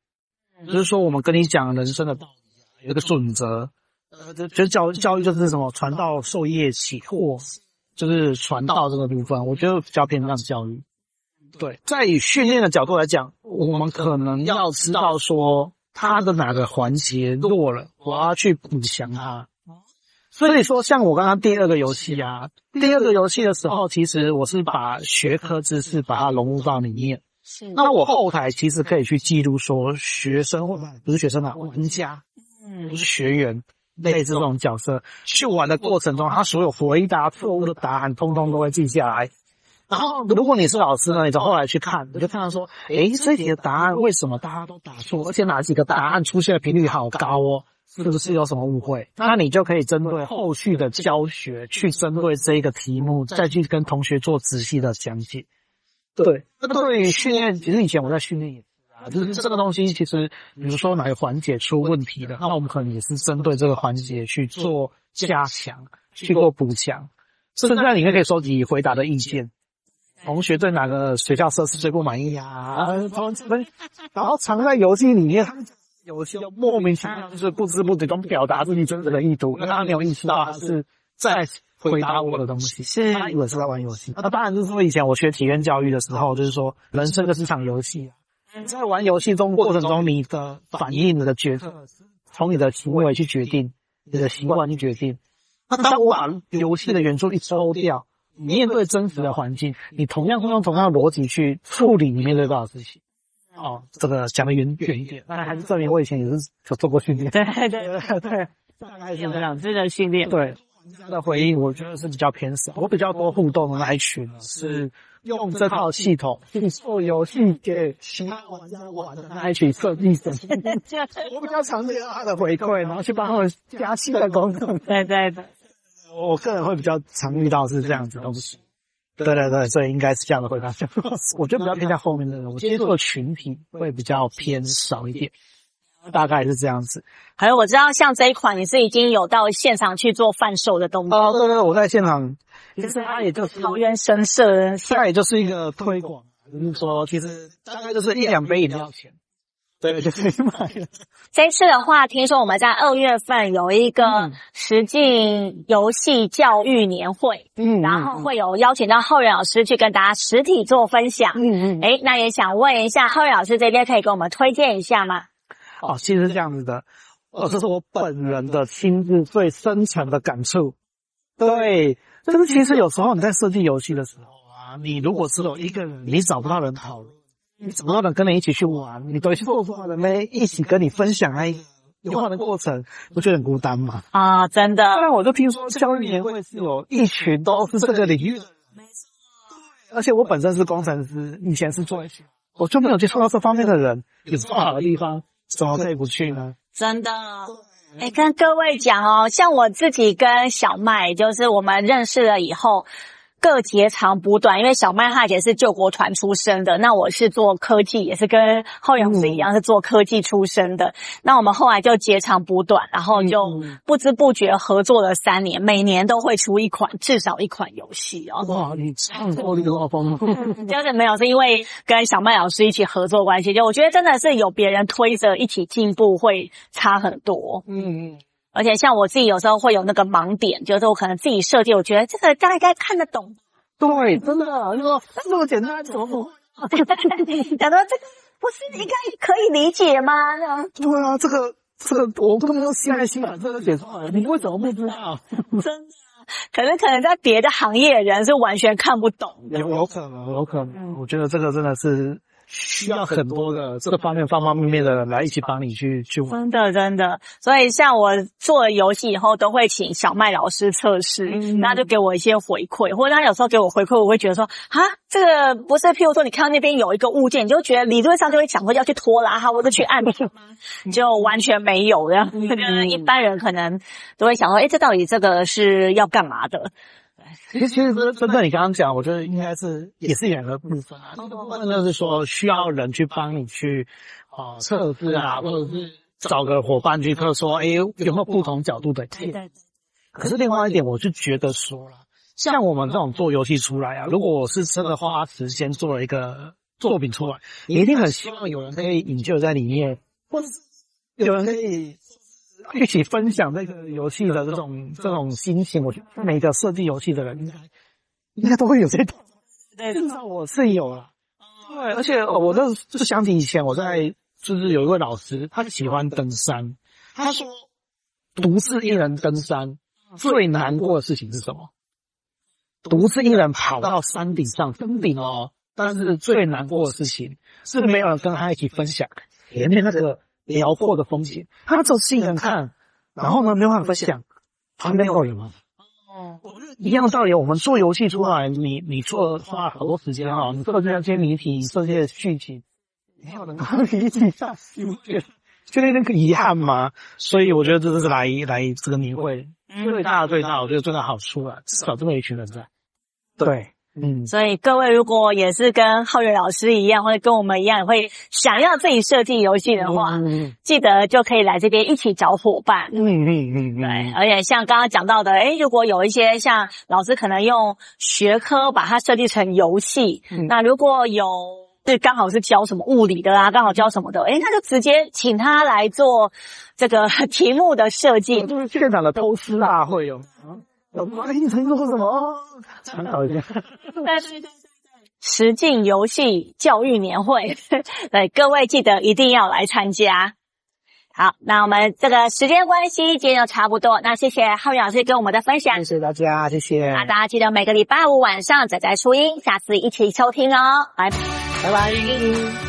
[SPEAKER 3] 就是说我们跟你讲人生的道理啊，有一个准则。呃，就就教教育就是什么传道授业解惑，就是传道这个部分，我觉得比较偏向教育。对，在以训练的角度来讲，我们可能要知道说他的哪个环节弱了，我要去补强它。哦所以说，像我刚刚第二个游戏啊，第二个游戏的时候，其实我是把学科知识把它融入到里面。
[SPEAKER 4] 是
[SPEAKER 3] 那我后台其实可以去记录说学生或不是学生啊，玩家
[SPEAKER 4] 嗯
[SPEAKER 3] 不是学员，类似这种角色去玩的过程中，他所有回答错误的答案，通通都会记下来。然后，如果你是老师呢，你从后来去看，你就看到说，诶，这题的答案为什么大家都答错，而且哪几个答案出现的频率好高哦？是不是有什么误会？那你就可以针对后续的教学，去针对这一个题目，再去跟同学做仔细的讲解。对，那对于训练，其实以前我在训练也啊，就是这个东西，其实比如说哪个环节出问题了，那我们可能也是针对这个环节去做加强，去做补强，甚至在里面可以收集回答的意见。同学对哪个学校设施最不满意啊？他们他们，然后藏在游戏里面，他们有些莫名其妙就是不知不觉中表达自己真实的意图，那他没有意识到他是在回答我的东西，
[SPEAKER 5] 是
[SPEAKER 3] 他以为是在玩游戏。那当然就是说，以前我学体验教育的时候，就是说人生就是场游戏啊，在玩游戏中过程中，你的反应、你的决策，从你的行为去决定，你的习惯去决定。那当我把游戏的元素一抽掉，你面对真实的环境，你同样会用同样的逻辑去处理你面对到的事情。哦，这个讲的远远一点，那还是证明我以前也是有做过训 [LAUGHS] 练。对 [LAUGHS] 对对对，大概是这样。
[SPEAKER 5] 这个训
[SPEAKER 4] [LAUGHS]
[SPEAKER 5] 练，
[SPEAKER 3] 对，玩家的回应我觉得是比较偏少，我比较多互动的那一群呢是用这套系统去做游戏给其他玩家玩的那一群设计者，我比较常接到他的回馈，然后去帮他们加新的功能。
[SPEAKER 5] 对对对，
[SPEAKER 3] 我我个人会比较常遇到是这样子的东西。对对对，所以应该是这样的回答。 [LAUGHS] 我觉得比较偏向后面的人，我接触的群体会比较偏少一点，大概是这样子。
[SPEAKER 4] 还有我知道，像这一款你是已经有到现场去做贩售的动作，
[SPEAKER 3] 哦，对对，我在现场，其实他也就是
[SPEAKER 4] 桃园神社
[SPEAKER 3] 大概也就是一个推广，就是说其实大概就是一两杯饮料钱，对，就可以买了。
[SPEAKER 4] 这次的话，听说我们在二月份有一个
[SPEAKER 3] 嗯
[SPEAKER 4] 实境游戏教育年会，
[SPEAKER 3] 嗯
[SPEAKER 4] 然后会有邀请到浩然老师去跟大家实体做分享。
[SPEAKER 3] 嗯嗯，
[SPEAKER 4] 哎，那也想问一下浩然老师这边可以给我们推荐一下吗？
[SPEAKER 3] 哦，其实是这样子的，哦，这是我本人的亲自最深层的感触。对，就是其实有时候你在设计游戏的时候啊，你如果只有一个人，你找不到人讨论，你找不到人跟你一起去玩，你都去做出来的没一起跟你分享那一游玩的过程，不觉得很孤单吗？
[SPEAKER 4] 啊，真
[SPEAKER 3] 当
[SPEAKER 4] 的，
[SPEAKER 3] 然，我就听说教育年会是有一群都是这个领域的人，而且我本身是工程师，以前是做 HR，我就没有接触到这方面的人，有这么好的地方，怎么可以不去呢？
[SPEAKER 4] 真的。哎，跟各位讲哦，像我自己跟小麦，就是我们认识了以后，各截长补短。因为小麦他也是救国团出身的，那我是做科技，也是跟后阳子一样是做科技出身的。那我们后来就截长补短，然后就不知不觉合作了三年，每年都会出一款，至少一款游戏哦。
[SPEAKER 3] 哇，你唱过《流浪风》吗？
[SPEAKER 4] [LAUGHS] 就是没有，是因为跟小麦老师一起合作关系，就我觉得真的是有别人推着一起进步会差很多。
[SPEAKER 3] 嗯嗯，
[SPEAKER 4] 而且像我自己有时候会有那个盲点，就是我可能自己设计，我觉得这个大概看得懂， [LAUGHS]
[SPEAKER 3] 对，真的，啊就说这么简单，怎么不？
[SPEAKER 4] 想说这个不是应该可以理解吗？那种
[SPEAKER 3] 对啊，这个这个我根本用心爱心把这个写出来了，你为什么不知道？
[SPEAKER 4] 真的，可能可能在别的行业的人是完全看不懂的。
[SPEAKER 3] 有有可能，有可能。我觉得这个真的是需要很多的这个方面方方面面的人来一起帮你去去玩。
[SPEAKER 4] 真的，真的，所以像我做了游戏以后，都会请小麦老师测试，那、就给我一些回馈，或者他有时候给我回馈，我会觉得说啊，这个不是，譬如说你看到那边有一个物件，你就觉得理论上就会想说要去拖拉它，或者去按它吗？就完全没有的，就是一般人可能都会想说，哎，这到底这个是要干嘛的？
[SPEAKER 3] 其实，其实针对你刚刚讲，我觉得应该是也是两个部分啊。一个部分就是说需要人去帮你去啊、呃测试啊，或者是找个伙伴去测说，哎，有没有不同角度的建议？可是另外一点，我就觉得说了，像我们这种做游戏出来啊，如果我是真的花时间做了一个作品出来，你一定很希望有人可以引咎在里面，或者有人可以一起分享这个游戏的这种这种心情。我觉得每个设计游戏的人应该应该都会有这种，
[SPEAKER 4] 对
[SPEAKER 3] 至少我是有了。对，而且我就就想起以前我在就是有一位老师，他喜欢登山，他说独自一人登山最难过的事情是什么？独自一人跑到山顶上登顶哦，但是最难过的事情是没有人跟他一起分享前面那个辽阔的风景，他只有自己一个人看，然后呢没有办法分享，旁边有人吗？
[SPEAKER 4] 哦，
[SPEAKER 3] 一样的道理，我们做游戏出来，你你做花了好多时间啊，你设计那些谜题，设计的剧情，没有能够理解一下，你不觉得觉得那个遗憾吗？所以我觉得这是来来这个年会最大的最大，我觉得最大好处了，至少这么一群人在。对，嗯，
[SPEAKER 4] 所以各位如果也是跟浩源老师一样，或者跟我们一样会想要自己设计游戏的话，
[SPEAKER 3] 嗯
[SPEAKER 4] 记得就可以来这边一起找伙伴。
[SPEAKER 3] 嗯嗯嗯
[SPEAKER 4] 对，而且像刚刚讲到的，诶，如果有一些像老师可能用学科把它设计成游戏，
[SPEAKER 3] 嗯
[SPEAKER 4] 那如果有是刚好是教什么物理的啊，刚好教什么的，诶，那就直接请他来做这个题目的设计
[SPEAKER 3] 对，。就是现场的偷师大会有。我妈你曾经做过什么？哦参考一下。
[SPEAKER 4] 但是实境游戏教育年会， [LAUGHS] 对各位记得一定要来参加。好，那我们这个时间关系，今天就差不多。那谢谢浩宇老师给我们的分享
[SPEAKER 3] 谢。谢大家，谢谢，
[SPEAKER 4] 那大家记得每个礼拜五晚上仔仔初音，下次一起收听哦，拜拜拜。